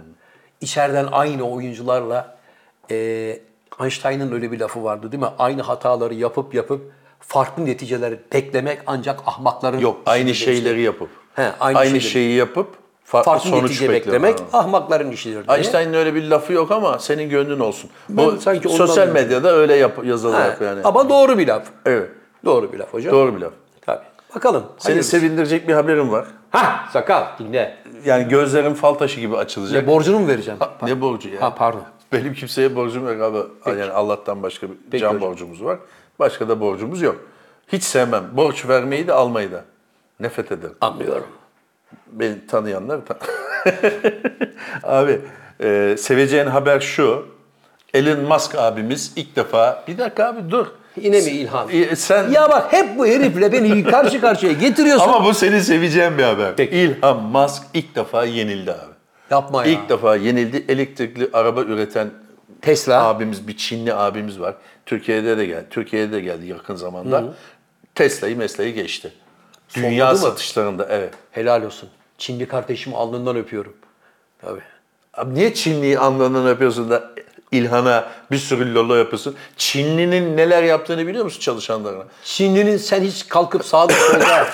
Speaker 3: İçeriden aynı oyuncularla e, Einstein'ın öyle bir lafı vardı değil mi? Aynı hataları yapıp yapıp farklı neticeler beklemek ancak ahmakların...
Speaker 2: Yok aynı
Speaker 3: işidir işte.
Speaker 2: şeyleri yapıp.
Speaker 3: He, aynı
Speaker 2: aynı
Speaker 3: şeyleri.
Speaker 2: şeyi yapıp farklı,
Speaker 3: Farklı
Speaker 2: sonuç
Speaker 3: netice
Speaker 2: beklemek.
Speaker 3: beklemek ahmakların işidir. diye.
Speaker 2: Einstein'ın öyle bir lafı yok ama senin gönlün olsun. Bu
Speaker 3: sanki ondan
Speaker 2: sosyal
Speaker 3: biliyorum.
Speaker 2: medyada öyle yap,
Speaker 3: He,
Speaker 2: yazılarak yani.
Speaker 3: Ama doğru bir laf.
Speaker 2: Evet.
Speaker 3: Doğru bir laf hocam.
Speaker 2: Doğru bir laf.
Speaker 3: Tabii. Bakalım.
Speaker 2: Seni
Speaker 3: Hayırlısı.
Speaker 2: sevindirecek bir haberim var.
Speaker 3: Hah sakal dinle.
Speaker 2: Yani gözlerim fal taşı gibi açılacak.
Speaker 3: E, borcunu mu vereceğim?
Speaker 2: Ha, ne borcu ya?
Speaker 3: Ha, pardon.
Speaker 2: Benim kimseye borcum yok abi. Yani Allah'tan başka bir can
Speaker 3: hocam.
Speaker 2: borcumuz var. Başka da borcumuz yok. Hiç sevmem. Borç vermeyi de almayı da. Nefret ederim.
Speaker 3: Anlıyorum.
Speaker 2: Beni tanıyanlar tan- Abi e, seveceğin haber şu. Elon Musk abimiz ilk defa... Bir dakika abi dur.
Speaker 3: Yine mi İlhan?
Speaker 2: E, sen
Speaker 3: Ya bak hep bu herifle beni karşı karşıya getiriyorsun.
Speaker 2: Ama bu seni seveceğin bir haber.
Speaker 3: Peki.
Speaker 2: Elon Musk ilk defa yenildi abi.
Speaker 3: Yapma ya.
Speaker 2: İlk defa yenildi. Elektrikli araba üreten
Speaker 3: Tesla.
Speaker 2: abimiz bir Çinli abimiz var. Türkiye'de de geldi. Türkiye'de de geldi yakın zamanda. Tesla'yı mesleği geçti. Dünya
Speaker 3: Sonladı mı?
Speaker 2: satışlarında evet.
Speaker 3: Helal olsun. Çinli kardeşimi alnından öpüyorum. Tabii.
Speaker 2: Abi niye Çinli'yi anlanan öpüyorsun da İlhan'a bir sürü lolo yapıyorsun? Çinli'nin neler yaptığını biliyor musun çalışanlarına?
Speaker 3: Çinlinin sen hiç kalkıp sağda solda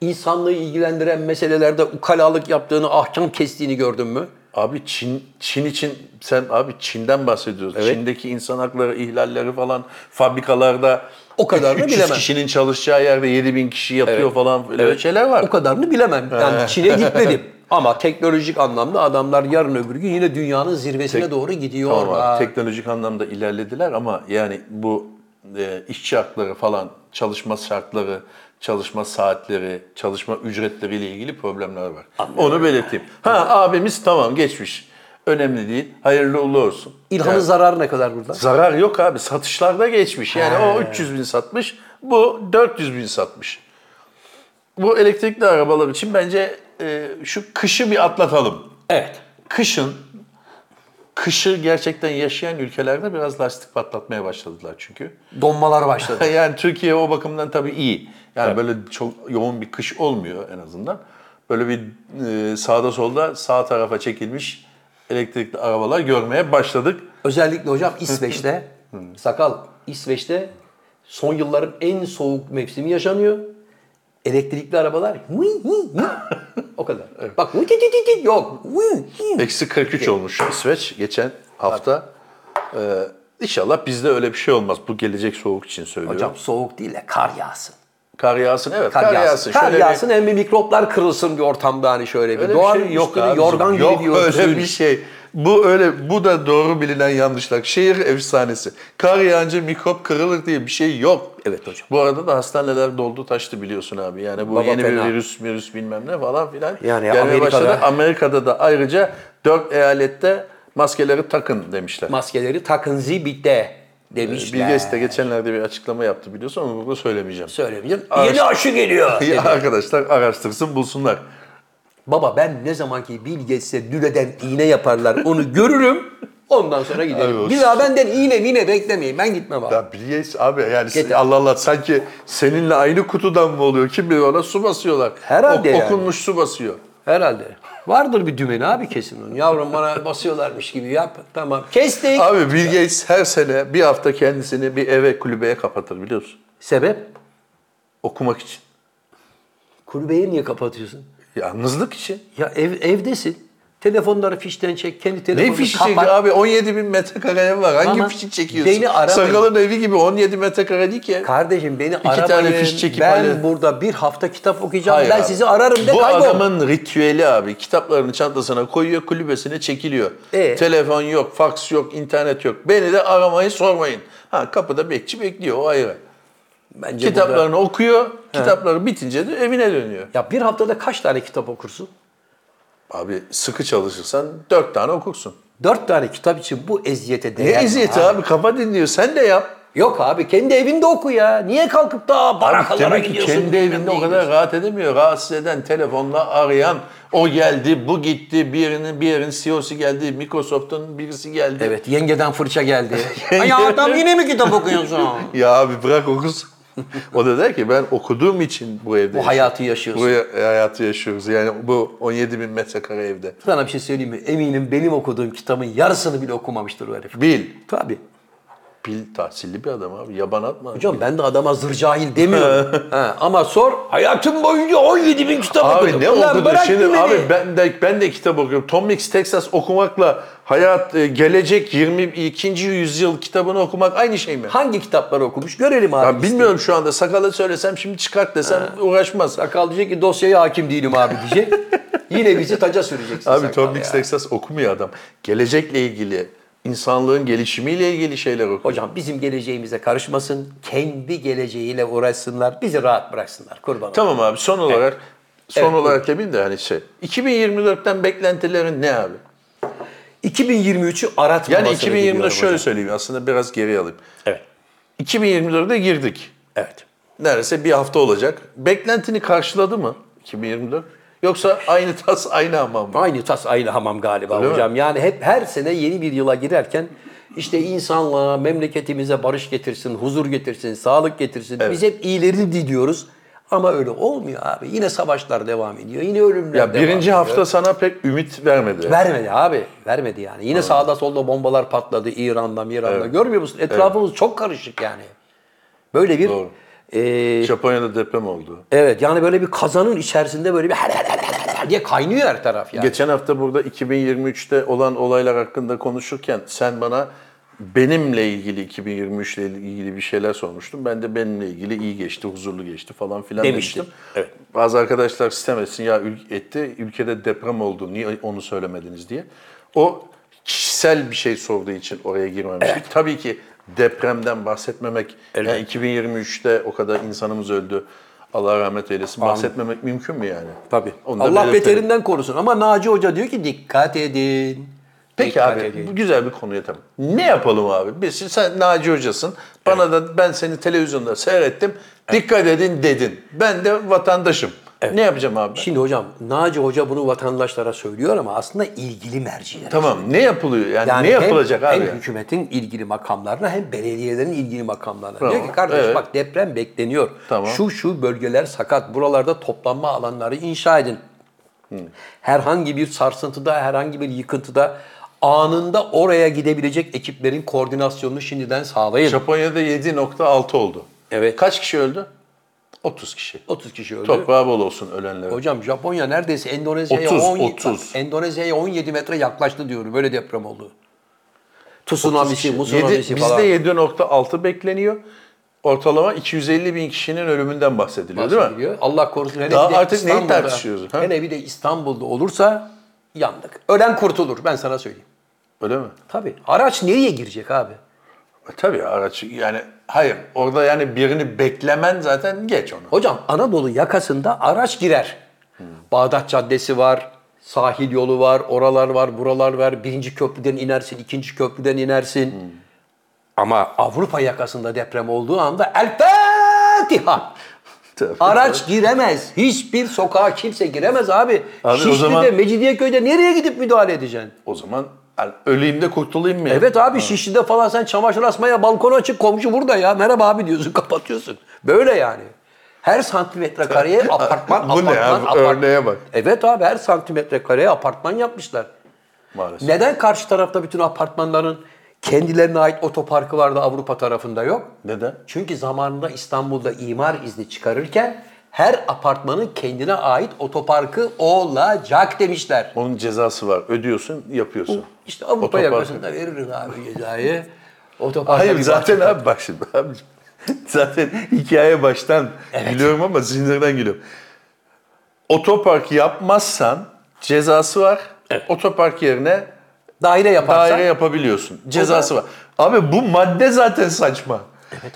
Speaker 3: insanlığı ilgilendiren meselelerde ukalalık yaptığını, ahkam kestiğini gördün mü?
Speaker 2: Abi Çin Çin için sen abi Çin'den bahsediyoruz. Çin'deki insan hakları ihlalleri falan fabrikalarda
Speaker 3: O kadarını
Speaker 2: üç- 300
Speaker 3: bilemem.
Speaker 2: kişinin çalışacağı yerde 7000 kişi yatıyor falan böyle şeyler var.
Speaker 3: O kadarını bilemem. Yani Çin'e gitmedim. Ama teknolojik anlamda adamlar yarın öbür gün yine dünyanın zirvesine doğru gidiyor.
Speaker 2: Tamam abi, teknolojik anlamda ilerlediler ama yani bu e, işçi hakları falan, çalışma şartları, çalışma saatleri, çalışma ücretleriyle ilgili problemler var. Onu belirteyim. Ha abimiz tamam geçmiş. Önemli değil. Hayırlı uğurlu olsun.
Speaker 3: İlhan'ın
Speaker 2: Yani
Speaker 3: zararı ne kadar burada?
Speaker 2: zarar yok abi. Satışlarda geçmiş. Yani o 300 bin satmış, bu 400 bin satmış. Bu elektrikli arabalar için bence e, şu kışı bir atlatalım
Speaker 3: Evet.
Speaker 2: kışın kışı gerçekten yaşayan ülkelerde biraz lastik patlatmaya başladılar çünkü.
Speaker 3: Donmalar başladı.
Speaker 2: Yani Türkiye o bakımdan tabii iyi. Yani böyle çok yoğun bir kış olmuyor en azından. Böyle bir e, sağda solda sağ tarafa çekilmiş elektrikli arabalar görmeye başladık. Hmm.
Speaker 3: Özellikle hocam İsveç'te sakal İsveç'te son yılların en soğuk mevsimi yaşanıyor. Elektrikli arabalar hı hı hı. o kadar. Bak hı hı hı hı yok. Hı hı.
Speaker 2: Eksi 43 olmuş İsveç geçen hafta. Ee, inşallah bizde öyle bir şey olmaz. Bu gelecek soğuk için söylüyorum.
Speaker 3: Hocam soğuk değil de kar yağsın.
Speaker 2: kar yağsın evet.
Speaker 3: Kar, yağsın. Kar
Speaker 2: Şöyle bir-
Speaker 3: yağsın hem bir mikroplar kırılsın bir ortamda hani şöyle bir.
Speaker 2: Öyle
Speaker 3: Doğan
Speaker 2: şey
Speaker 3: yok
Speaker 2: işte
Speaker 3: dedi,
Speaker 2: abicim.
Speaker 3: yorgan gibi
Speaker 2: Yok
Speaker 3: diyorsun.
Speaker 2: öyle bir şey. Bu öyle bu da doğru bilinen yanlışlar. Şehir efsanesi. Kar yağınca mikrop kırılır diye bir şey yok.
Speaker 3: Evet hocam.
Speaker 2: Bu arada da hastaneler doldu taştı biliyorsun abi. Yani bu
Speaker 3: Baba
Speaker 2: yeni
Speaker 3: fena.
Speaker 2: bir virüs virüs bilmem ne falan filan.
Speaker 3: Yani
Speaker 2: gelmeye
Speaker 3: Amerika'da-
Speaker 2: başladı. Amerika'da da ayrıca 4 eyalette maskeleri takın demişler.
Speaker 3: Maskeleri takın zibitte demişler.
Speaker 2: Bill Gates de Ee, geçenlerde bir açıklama yaptı biliyorsun ama burada söylemeyeceğim.
Speaker 3: Söylemeyeceğim. Yeni aşı geliyor.
Speaker 2: Ya arkadaşlar araştırsın bulsunlar.
Speaker 3: Baba ben ne zamanki Bill Gates'e lüleden iğne yaparlar onu görürüm. Ondan sonra giderim.
Speaker 2: Abi o-
Speaker 3: bir daha benden iğne mine beklemeyin. Ben gitmem abi.
Speaker 2: Ya Bill Gates abi yani sen-
Speaker 3: Getir.
Speaker 2: Allah Allah sanki seninle aynı kutudan mı oluyor? Kim bilir ona su basıyorlar.
Speaker 3: Herhalde yani.
Speaker 2: Okunmuş su basıyor.
Speaker 3: Herhalde. Vardır bir dümeni abi kesin onun. Yavrum bana basıyorlarmış gibi yap. Tamam. Kestik.
Speaker 2: Abi Bill Gates her sene bir hafta kendisini bir eve kulübeye kapatır biliyor musun?
Speaker 3: Sebep?
Speaker 2: Okumak için.
Speaker 3: Kulübeyi niye kapatıyorsun?
Speaker 2: Yalnızlık için.
Speaker 3: Ya ev, evdesin. Telefonları fişten çek. Kendi telefonunu
Speaker 2: Ne fişi
Speaker 3: kapat.
Speaker 2: çekiyor abi? 17 bin metrekare ev var. Hangi
Speaker 3: Ama
Speaker 2: fişi çekiyorsun?
Speaker 3: beni aramayın.
Speaker 2: Sakalın evi gibi 17 metrekare değil ki. ev.
Speaker 3: Kardeşim beni
Speaker 2: İki
Speaker 3: aramayın.
Speaker 2: tane fiş çekip
Speaker 3: ben
Speaker 2: hadi.
Speaker 3: burada bir hafta kitap okuyacağım.
Speaker 2: Hayır
Speaker 3: ben
Speaker 2: abi.
Speaker 3: sizi ararım de
Speaker 2: Bu
Speaker 3: kaybol.
Speaker 2: adamın ritüeli abi. Kitaplarını çantasına koyuyor, kulübesine çekiliyor.
Speaker 3: Ee?
Speaker 2: Telefon yok, faks yok, internet yok. Beni de aramayı sormayın. Ha kapıda bekçi bekliyor o ayrı.
Speaker 3: Bence
Speaker 2: Kitaplarını
Speaker 3: burada-
Speaker 2: okuyor, kitapları bitince de evine dönüyor.
Speaker 3: Ya bir haftada kaç tane kitap okursun?
Speaker 2: Abi sıkı çalışırsan dört tane okursun.
Speaker 3: Dört tane kitap için bu eziyete
Speaker 2: Ne
Speaker 3: değer mi
Speaker 2: eziyeti abi? kafa dinliyor. Sen de yap.
Speaker 3: Yok abi kendi evinde oku ya. Niye kalkıp da
Speaker 2: Abi
Speaker 3: barakalara
Speaker 2: demek ki
Speaker 3: gidiyorsun?
Speaker 2: kendi
Speaker 3: bilmem
Speaker 2: evinde
Speaker 3: neye
Speaker 2: o kadar
Speaker 3: gidiyorsun?
Speaker 2: rahat edemiyor. Rahatsız eden, telefonla arayan, o geldi, bu gitti, birinin bir yerin CEO'su geldi, Microsoft'un birisi geldi.
Speaker 3: Evet yengeden fırça geldi. Ay adam yine mi kitap okuyorsun?
Speaker 2: Ya abi bırak okusun. o da der ki ben okuduğum için bu evde
Speaker 3: Bu hayatı yaşıyorsun.
Speaker 2: Bu ya- hayatı yaşıyoruz. Yani bu 17 bin metrekare evde.
Speaker 3: Sana bir şey söyleyeyim mi? Eminim benim okuduğum kitabın yarısını bile okumamıştır o herif.
Speaker 2: Bil.
Speaker 3: Tabii.
Speaker 2: Bil tahsilli bir adam abi. Yaban atma. abi.
Speaker 3: Hocam ben de adama zır cahil demiyorum. ha, ama sor hayatım boyunca 17 bin kitap okudum.
Speaker 2: Abi ne
Speaker 3: Ulan
Speaker 2: okudu
Speaker 3: bırak
Speaker 2: şimdi?
Speaker 3: beni.
Speaker 2: Abi ben de ben de kitap okuyorum. Tom Mix Texas okumakla hayat e, gelecek 22. yüzyıl kitabını okumak aynı şey mi?
Speaker 3: Hangi kitapları okumuş görelim abi.
Speaker 2: Ya bilmiyorum şu anda sakala söylesem şimdi çıkart desem uğraşmaz.
Speaker 3: Sakal diyecek ki dosyaya hakim değilim abi diyecek. Yine bizi taca süreceksin
Speaker 2: Abi
Speaker 3: sakal
Speaker 2: Tom Mix
Speaker 3: ya.
Speaker 2: Texas okumuyor adam. Gelecekle ilgili, insanlığın gelişimiyle ilgili şeyler okuyor.
Speaker 3: Hocam bizim geleceğimize karışmasın. Kendi geleceğiyle uğraşsınlar. Bizi rahat bıraksınlar kurban.
Speaker 2: Tamam abi son olarak son
Speaker 3: Evet,
Speaker 2: olarak demeyeyim de hani şey 2024'ten beklentilerin ne abi?
Speaker 3: 2023'ü
Speaker 2: Yani
Speaker 3: aratmamasını
Speaker 2: 2020'de
Speaker 3: diliyorum
Speaker 2: şöyle
Speaker 3: hocam.
Speaker 2: söyleyeyim aslında biraz geri alayım.
Speaker 3: Evet.
Speaker 2: 2024'e girdik.
Speaker 3: Evet.
Speaker 2: Neredeyse bir hafta olacak. Beklentini karşıladı mı 2024? Yoksa aynı tas aynı hamam mı?
Speaker 3: Aynı tas aynı hamam galiba
Speaker 2: Öyle mi?
Speaker 3: hocam. Yani hep her sene yeni bir yıla girerken işte insanlığa, memleketimize barış getirsin, huzur getirsin, sağlık getirsin. Biz hep iyileri diliyoruz. Ama öyle olmuyor abi. Yine savaşlar devam ediyor. Yine ölümler
Speaker 2: Ya
Speaker 3: devam
Speaker 2: birinci
Speaker 3: ediyor.
Speaker 2: hafta sana pek ümit vermedi.
Speaker 3: Vermedi abi. Vermedi yani. Yine sağda solda bombalar patladı İran'da, İran'da. Görmüyor musun? Etrafımız çok karışık yani. Böyle bir
Speaker 2: Doğru.
Speaker 3: e,
Speaker 2: Japonya'da deprem oldu.
Speaker 3: evet yani böyle bir kazanın içerisinde böyle bir diye kaynıyor her taraf yani.
Speaker 2: Geçen hafta burada 2023'te olan olaylar hakkında konuşurken sen bana benimle ilgili 2023 ile ilgili bir şeyler sormuştun. Ben de benimle ilgili iyi geçti, huzurlu geçti falan filan
Speaker 3: Demiştim.
Speaker 2: demiştim. Evet. Bazı arkadaşlar sistem etsin ya ül- etti ülkede deprem oldu niye onu söylemediniz diye. O kişisel bir şey sorduğu için oraya girmemiştik. Tabii ki depremden bahsetmemek yani 2023'te o kadar insanımız öldü. Allah rahmet eylesin. Bahsetmemek mümkün mü yani?
Speaker 3: Tabii.
Speaker 2: Onu da
Speaker 3: Allah
Speaker 2: belirtelim.
Speaker 3: beterinden korusun. Ama Naci Hoca diyor ki dikkat edin.
Speaker 2: Peki
Speaker 3: Dikkat
Speaker 2: abi
Speaker 3: edin.
Speaker 2: bu güzel bir konu yatalım. Ne yapalım abi? Biz sen Naci hocasın. Bana da ben seni televizyonda seyrettim. Dikkat edin dedin. Ben de vatandaşım. Ne yapacağım abi?
Speaker 3: Şimdi hocam Naci Hoca bunu vatandaşlara söylüyor ama aslında ilgili merciler.
Speaker 2: tamam ne yapılıyor? Yani,
Speaker 3: Yani
Speaker 2: ne yapılacak
Speaker 3: hem,
Speaker 2: abi?
Speaker 3: Hem hükümetin ilgili makamlarına hem belediyelerin ilgili makamlarına. Diyor
Speaker 2: Tamam,
Speaker 3: ki kardeş
Speaker 2: evet.
Speaker 3: bak deprem bekleniyor.
Speaker 2: Tamam.
Speaker 3: Şu şu bölgeler sakat. Buralarda toplanma alanları inşa edin. Herhangi bir sarsıntıda, herhangi bir yıkıntıda anında oraya gidebilecek ekiplerin koordinasyonunu şimdiden sağlayın.
Speaker 2: Japonya'da 7.6 oldu.
Speaker 3: Evet.
Speaker 2: Kaç kişi öldü? 30 kişi.
Speaker 3: 30 kişi öldü.
Speaker 2: Toprağı bol olsun ölenlere.
Speaker 3: Hocam Japonya neredeyse Endonezya'ya
Speaker 2: 30,
Speaker 3: 17 bak,
Speaker 2: 30.
Speaker 3: Endonezya'ya 17 metre yaklaştı diyor. Böyle deprem oldu.
Speaker 2: 30
Speaker 3: Tsunami'si,
Speaker 2: kişi.
Speaker 3: musunami'si
Speaker 2: Yedi-
Speaker 3: şey, falan.
Speaker 2: Bizde 7.6 bekleniyor. Ortalama 250 bin kişinin ölümünden bahsediliyor, değil mi?
Speaker 3: bahsediliyor. Allah korusun. Hele
Speaker 2: Daha
Speaker 3: bir de
Speaker 2: artık neyi
Speaker 3: İstanbul'da-
Speaker 2: tartışıyoruz, ha?
Speaker 3: Hele bir de İstanbul'da olursa yandık. Ölen kurtulur ben sana söyleyeyim.
Speaker 2: Öyle mi?
Speaker 3: Tabii. Araç nereye girecek abi?
Speaker 2: E, Tabii araç yani hayır orada yani birini beklemen zaten geç onu.
Speaker 3: Hocam Anadolu yakasında araç girer. Bağdat Caddesi var, sahil yolu var, oralar var, buralar var. Birinci köprüden inersin, ikinci köprüden inersin. Ama Avrupa yakasında deprem olduğu anda El Fatiha.
Speaker 2: Tabii.
Speaker 3: Araç giremez. Hiçbir sokağa kimse giremez abi.
Speaker 2: Abi o
Speaker 3: Şişli'de,
Speaker 2: zaman-
Speaker 3: Mecidiyeköy'de nereye gidip müdahale edeceksin?
Speaker 2: O zaman yani öleyim de kurtulayım mı? ya?
Speaker 3: Evet abi Şişli'de falan sen çamaşır asmaya balkona açık komşu burada ya. Merhaba abi diyorsun kapatıyorsun. Böyle yani. Her santimetre kareye apartman,
Speaker 2: Bu ne
Speaker 3: apartman,
Speaker 2: abi?
Speaker 3: apartman.
Speaker 2: Örneğe bak.
Speaker 3: Evet abi her santimetre kareye apartman yapmışlar.
Speaker 2: Maalesef.
Speaker 3: Neden karşı tarafta bütün apartmanların kendilerine ait otoparkı vardı Avrupa tarafında yok?
Speaker 2: Neden?
Speaker 3: Çünkü zamanında İstanbul'da imar izni çıkarırken her apartmanın kendine ait otoparkı olacak demişler.
Speaker 2: Onun cezası var. Ödüyorsun, yapıyorsun.
Speaker 3: İşte Avrupa
Speaker 2: Otopark.
Speaker 3: yakasında verirsin abi cezayı. Otoparka
Speaker 2: Hayır
Speaker 3: bir
Speaker 2: zaten
Speaker 3: bak-
Speaker 2: abi bak şimdi abi. Zaten hikaye baştan gülüyorum ama sinirden gülüyorum. Otopark yapmazsan cezası var. Otopark yerine
Speaker 3: Daire yaparsan.
Speaker 2: daire yapabiliyorsun. Cezası var. Abi bu madde zaten saçma.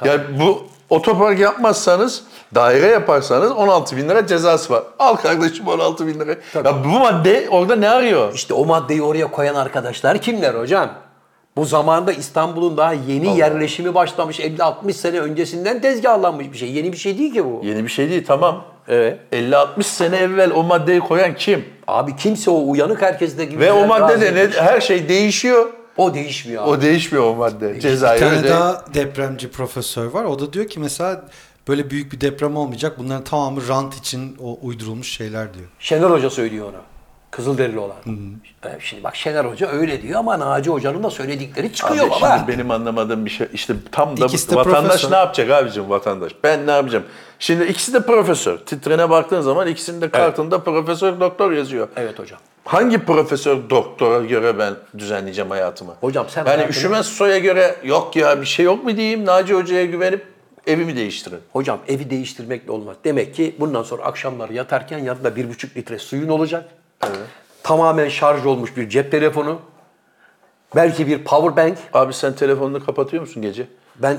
Speaker 2: yani bu otopark yapmazsanız daire yaparsanız 16 bin lira cezası var. Al kardeşim 16 bin lira. Ya bu madde orada ne arıyor?
Speaker 3: İşte o maddeyi oraya koyan arkadaşlar kimler hocam? Bu zamanda İstanbul'un daha yeni yerleşimi başlamış 50-60 sene öncesinden tezgahlanmış bir şey. Yeni bir şey değil ki bu.
Speaker 2: Yeni bir şey değil tamam.
Speaker 3: Evet.
Speaker 2: 50-60 sene evvel o maddeyi koyan kim?
Speaker 3: Abi kimse o uyanık herkes de gibi.
Speaker 2: Ve o
Speaker 3: razı
Speaker 2: maddede ne,
Speaker 3: değil.
Speaker 2: her şey değişiyor.
Speaker 3: O değişmiyor abi.
Speaker 2: O değişmiyor o madde. Cezayir.
Speaker 4: Bir tane daha depremci profesör var. O da diyor ki mesela böyle büyük bir deprem olmayacak. Bunların tamamı rant için o uydurulmuş şeyler diyor.
Speaker 3: Şener Hoca söylüyor onu. Kızılderili olan. Ee, Şimdi bak Şener Hoca öyle diyor ama Naci Hoca'nın da söyledikleri çıkıyor
Speaker 2: Abi
Speaker 3: baba.
Speaker 2: Şimdi benim anlamadığım bir şey işte tam da
Speaker 4: İkisi de
Speaker 2: vatandaş
Speaker 4: profesör.
Speaker 2: ne yapacak abicim vatandaş? Ben ne yapacağım? Şimdi ikisi de profesör. Titrene baktığın zaman ikisinin de kartında profesör doktor yazıyor.
Speaker 3: Evet hocam.
Speaker 2: Hangi profesör doktora göre ben düzenleyeceğim hayatımı?
Speaker 3: Hocam sen
Speaker 2: yani
Speaker 3: hayatını-
Speaker 2: üşümez soya göre yok ya bir şey yok mu diyeyim Naci Hoca'ya güvenip evimi değiştirin.
Speaker 3: Hocam evi değiştirmekle olmaz. Demek ki bundan sonra akşamları yatarken yanında bir buçuk litre suyun olacak. Tamamen şarj olmuş bir cep telefonu. Belki bir power bank.
Speaker 2: Abi sen telefonunu kapatıyor musun gece?
Speaker 3: Ben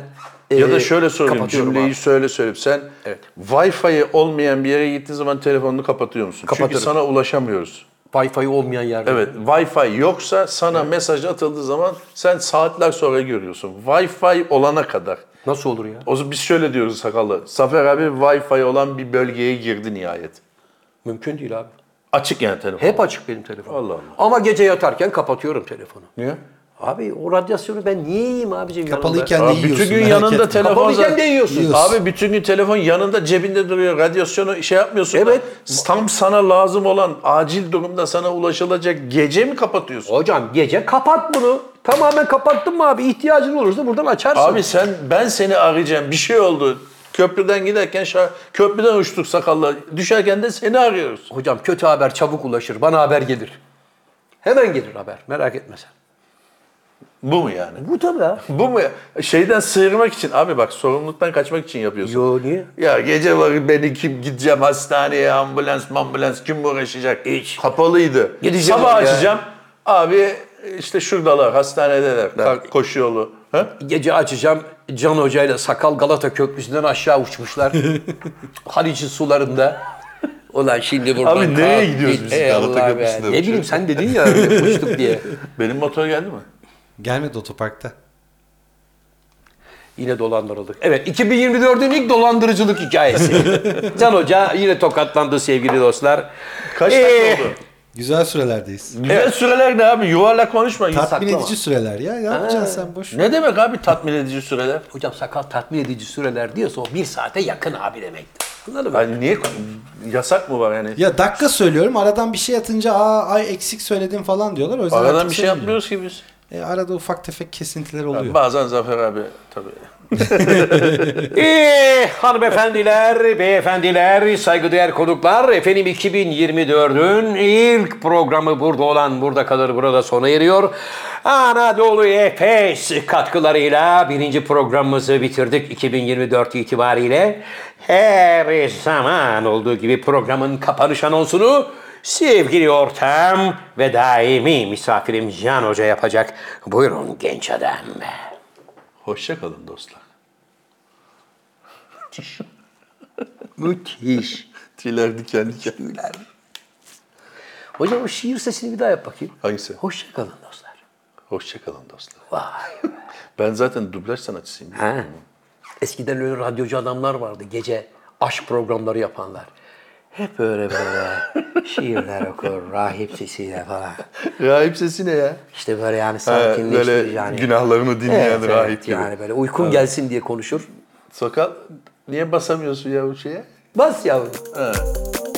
Speaker 2: Ya
Speaker 3: eee,
Speaker 2: da şöyle sorayım
Speaker 3: Ee, kapatıyorum
Speaker 2: cümleyi
Speaker 3: abi.
Speaker 2: söyle söyleyip sen
Speaker 3: Evet.
Speaker 2: Wi-Fi olmayan bir yere gittiğin zaman telefonunu kapatıyor musun?
Speaker 3: Kapatırım.
Speaker 2: Çünkü sana ulaşamıyoruz.
Speaker 3: Wi-Fi olmayan yerde.
Speaker 2: Evet Wi-Fi yoksa sana mesaj atıldığı zaman sen saatler sonra görüyorsun. Wi-Fi olana kadar.
Speaker 3: Nasıl olur ya?
Speaker 2: O zaman biz şöyle diyoruz sakallı. Zafer abi Wi-Fi olan bir bölgeye girdi nihayet.
Speaker 3: Mümkün değil abi.
Speaker 2: Açık yani telefon.
Speaker 3: Hep açık benim telefon.
Speaker 2: Allah Allah.
Speaker 3: Ama gece yatarken kapatıyorum telefonu.
Speaker 2: Niye?
Speaker 3: Abi o radyasyonu ben niye yiyeyim abicim
Speaker 4: Kapalıyken
Speaker 2: Abi
Speaker 4: de yiyorsun.
Speaker 2: bütün gün
Speaker 4: merak
Speaker 2: yanında
Speaker 4: etme.
Speaker 2: telefon
Speaker 3: Kapalıyken
Speaker 2: zaten-
Speaker 3: de yiyorsun.
Speaker 4: Yiyorsun.
Speaker 2: Abi bütün gün telefon yanında cebinde duruyor. Radyasyonu şey yapmıyorsun. da
Speaker 3: Evet.
Speaker 2: tam sana lazım olan acil durumda sana ulaşılacak gece mi kapatıyorsun?
Speaker 3: Hocam gece kapat bunu. Tamamen kapattın mı abi? İhtiyacın olursa buradan açarsın.
Speaker 2: Abi sen ben seni arayacağım. Bir şey oldu. Köprüden giderken şa- köprüden uçtuk sakalla. Düşerken de seni arıyoruz.
Speaker 3: Hocam kötü haber çabuk ulaşır. Bana haber gelir. Hemen gelir haber. Merak etme sen.
Speaker 2: Bu mu yani?
Speaker 3: Bu tabii ya.
Speaker 2: Bu mu? ya? Şeyden sıyırmak için. Abi bak sorumluluktan kaçmak için yapıyorsun.
Speaker 3: Yo niye?
Speaker 2: Ya gece var beni kim gideceğim hastaneye ambulans ambulans kim uğraşacak?
Speaker 3: Hiç.
Speaker 2: Kapalıydı.
Speaker 3: Gideceğim
Speaker 2: Sabah
Speaker 3: ya.
Speaker 2: açacağım. Abi işte şuradalar hastanedeler. Ka- Koşu yolu. Ha?
Speaker 3: Gece açacağım. Can Hoca ile Sakal Galata Köprüsü'nden aşağı uçmuşlar. Haliç'in sularında. Ulan şimdi buradan...
Speaker 2: Abi nereye
Speaker 3: kalk
Speaker 2: gidiyoruz
Speaker 3: git.
Speaker 2: biz
Speaker 3: Ey
Speaker 2: Galata
Speaker 3: Allah be. Ne
Speaker 2: Köprüsü'nde
Speaker 3: bileyim
Speaker 2: uçuyoruz?
Speaker 3: sen dedin ya öyle uçtuk diye.
Speaker 2: Benim motor geldi mi?
Speaker 4: Gelmedi otoparkta.
Speaker 3: Yine dolandırıldık. Evet 2024'ün ilk dolandırıcılık hikayesi. Can Hoca yine tokatlandı sevgili dostlar.
Speaker 2: Kaç
Speaker 3: Ee,
Speaker 2: dakika oldu?
Speaker 4: Güzel sürelerdeyiz.
Speaker 2: Güzel süreler ne abi? Yuvarlak konuşma.
Speaker 4: Tatmin
Speaker 3: saklama.
Speaker 4: edici süreler ya. Ne yapacaksın sen boş. ver.
Speaker 2: Ne demek abi tatmin edici süreler?
Speaker 3: Hocam sakal tatmin edici süreler diyorsa o bir saate yakın abi demektir. Bunları ben...
Speaker 2: Yani niye yasak mı var yani?
Speaker 4: Ya dakika söylüyorum aradan bir şey atınca aa ay eksik söyledim falan diyorlar. O yüzden
Speaker 2: Aradan
Speaker 4: artık
Speaker 2: bir şey
Speaker 4: söylemiyorum.
Speaker 2: yapmıyoruz ki biz.
Speaker 4: E, arada ufak tefek kesintiler oluyor.
Speaker 2: Bazen Zafer abi tabii.
Speaker 3: Ee, hanımefendiler, beyefendiler, saygıdeğer konuklar. Efendim 2024'ün ilk programı burada olan burada kalır burada sona eriyor. Anadolu Efes katkılarıyla birinci programımızı bitirdik 2024 itibariyle. Her zaman olduğu gibi programın kapanış anonsunu Sevgili ortağım ve daimi misafirim Can Hoca yapacak. Buyurun genç adam.
Speaker 2: Hoşçakalın dostlar.
Speaker 3: Müthiş.
Speaker 2: Tüyler diken diken.
Speaker 3: Hocam o şiir sesini bir daha yap bakayım.
Speaker 2: Hangisi?
Speaker 3: Hoşça kalın dostlar.
Speaker 2: Hoşçakalın dostlar.
Speaker 3: Vay.
Speaker 2: Ben zaten dublaj sanatçısıyım.
Speaker 3: ha. Eskiden öyle radyocu adamlar vardı gece aşk programları yapanlar. Hep öyle böyle şiirler okur, rahip sesiyle falan.
Speaker 2: Rahip sesi ne ya?
Speaker 3: İşte böyle yani
Speaker 2: Ee,
Speaker 3: sakinleştirici
Speaker 2: böyle
Speaker 3: yani.
Speaker 2: günahlarını dinleyen
Speaker 3: Evet, evet,
Speaker 2: rahip gibi.
Speaker 3: yani böyle uykum gelsin diye konuşur.
Speaker 2: Sakal niye basamıyorsun ya bu şeye?
Speaker 3: Bas yavrum.
Speaker 2: Ha.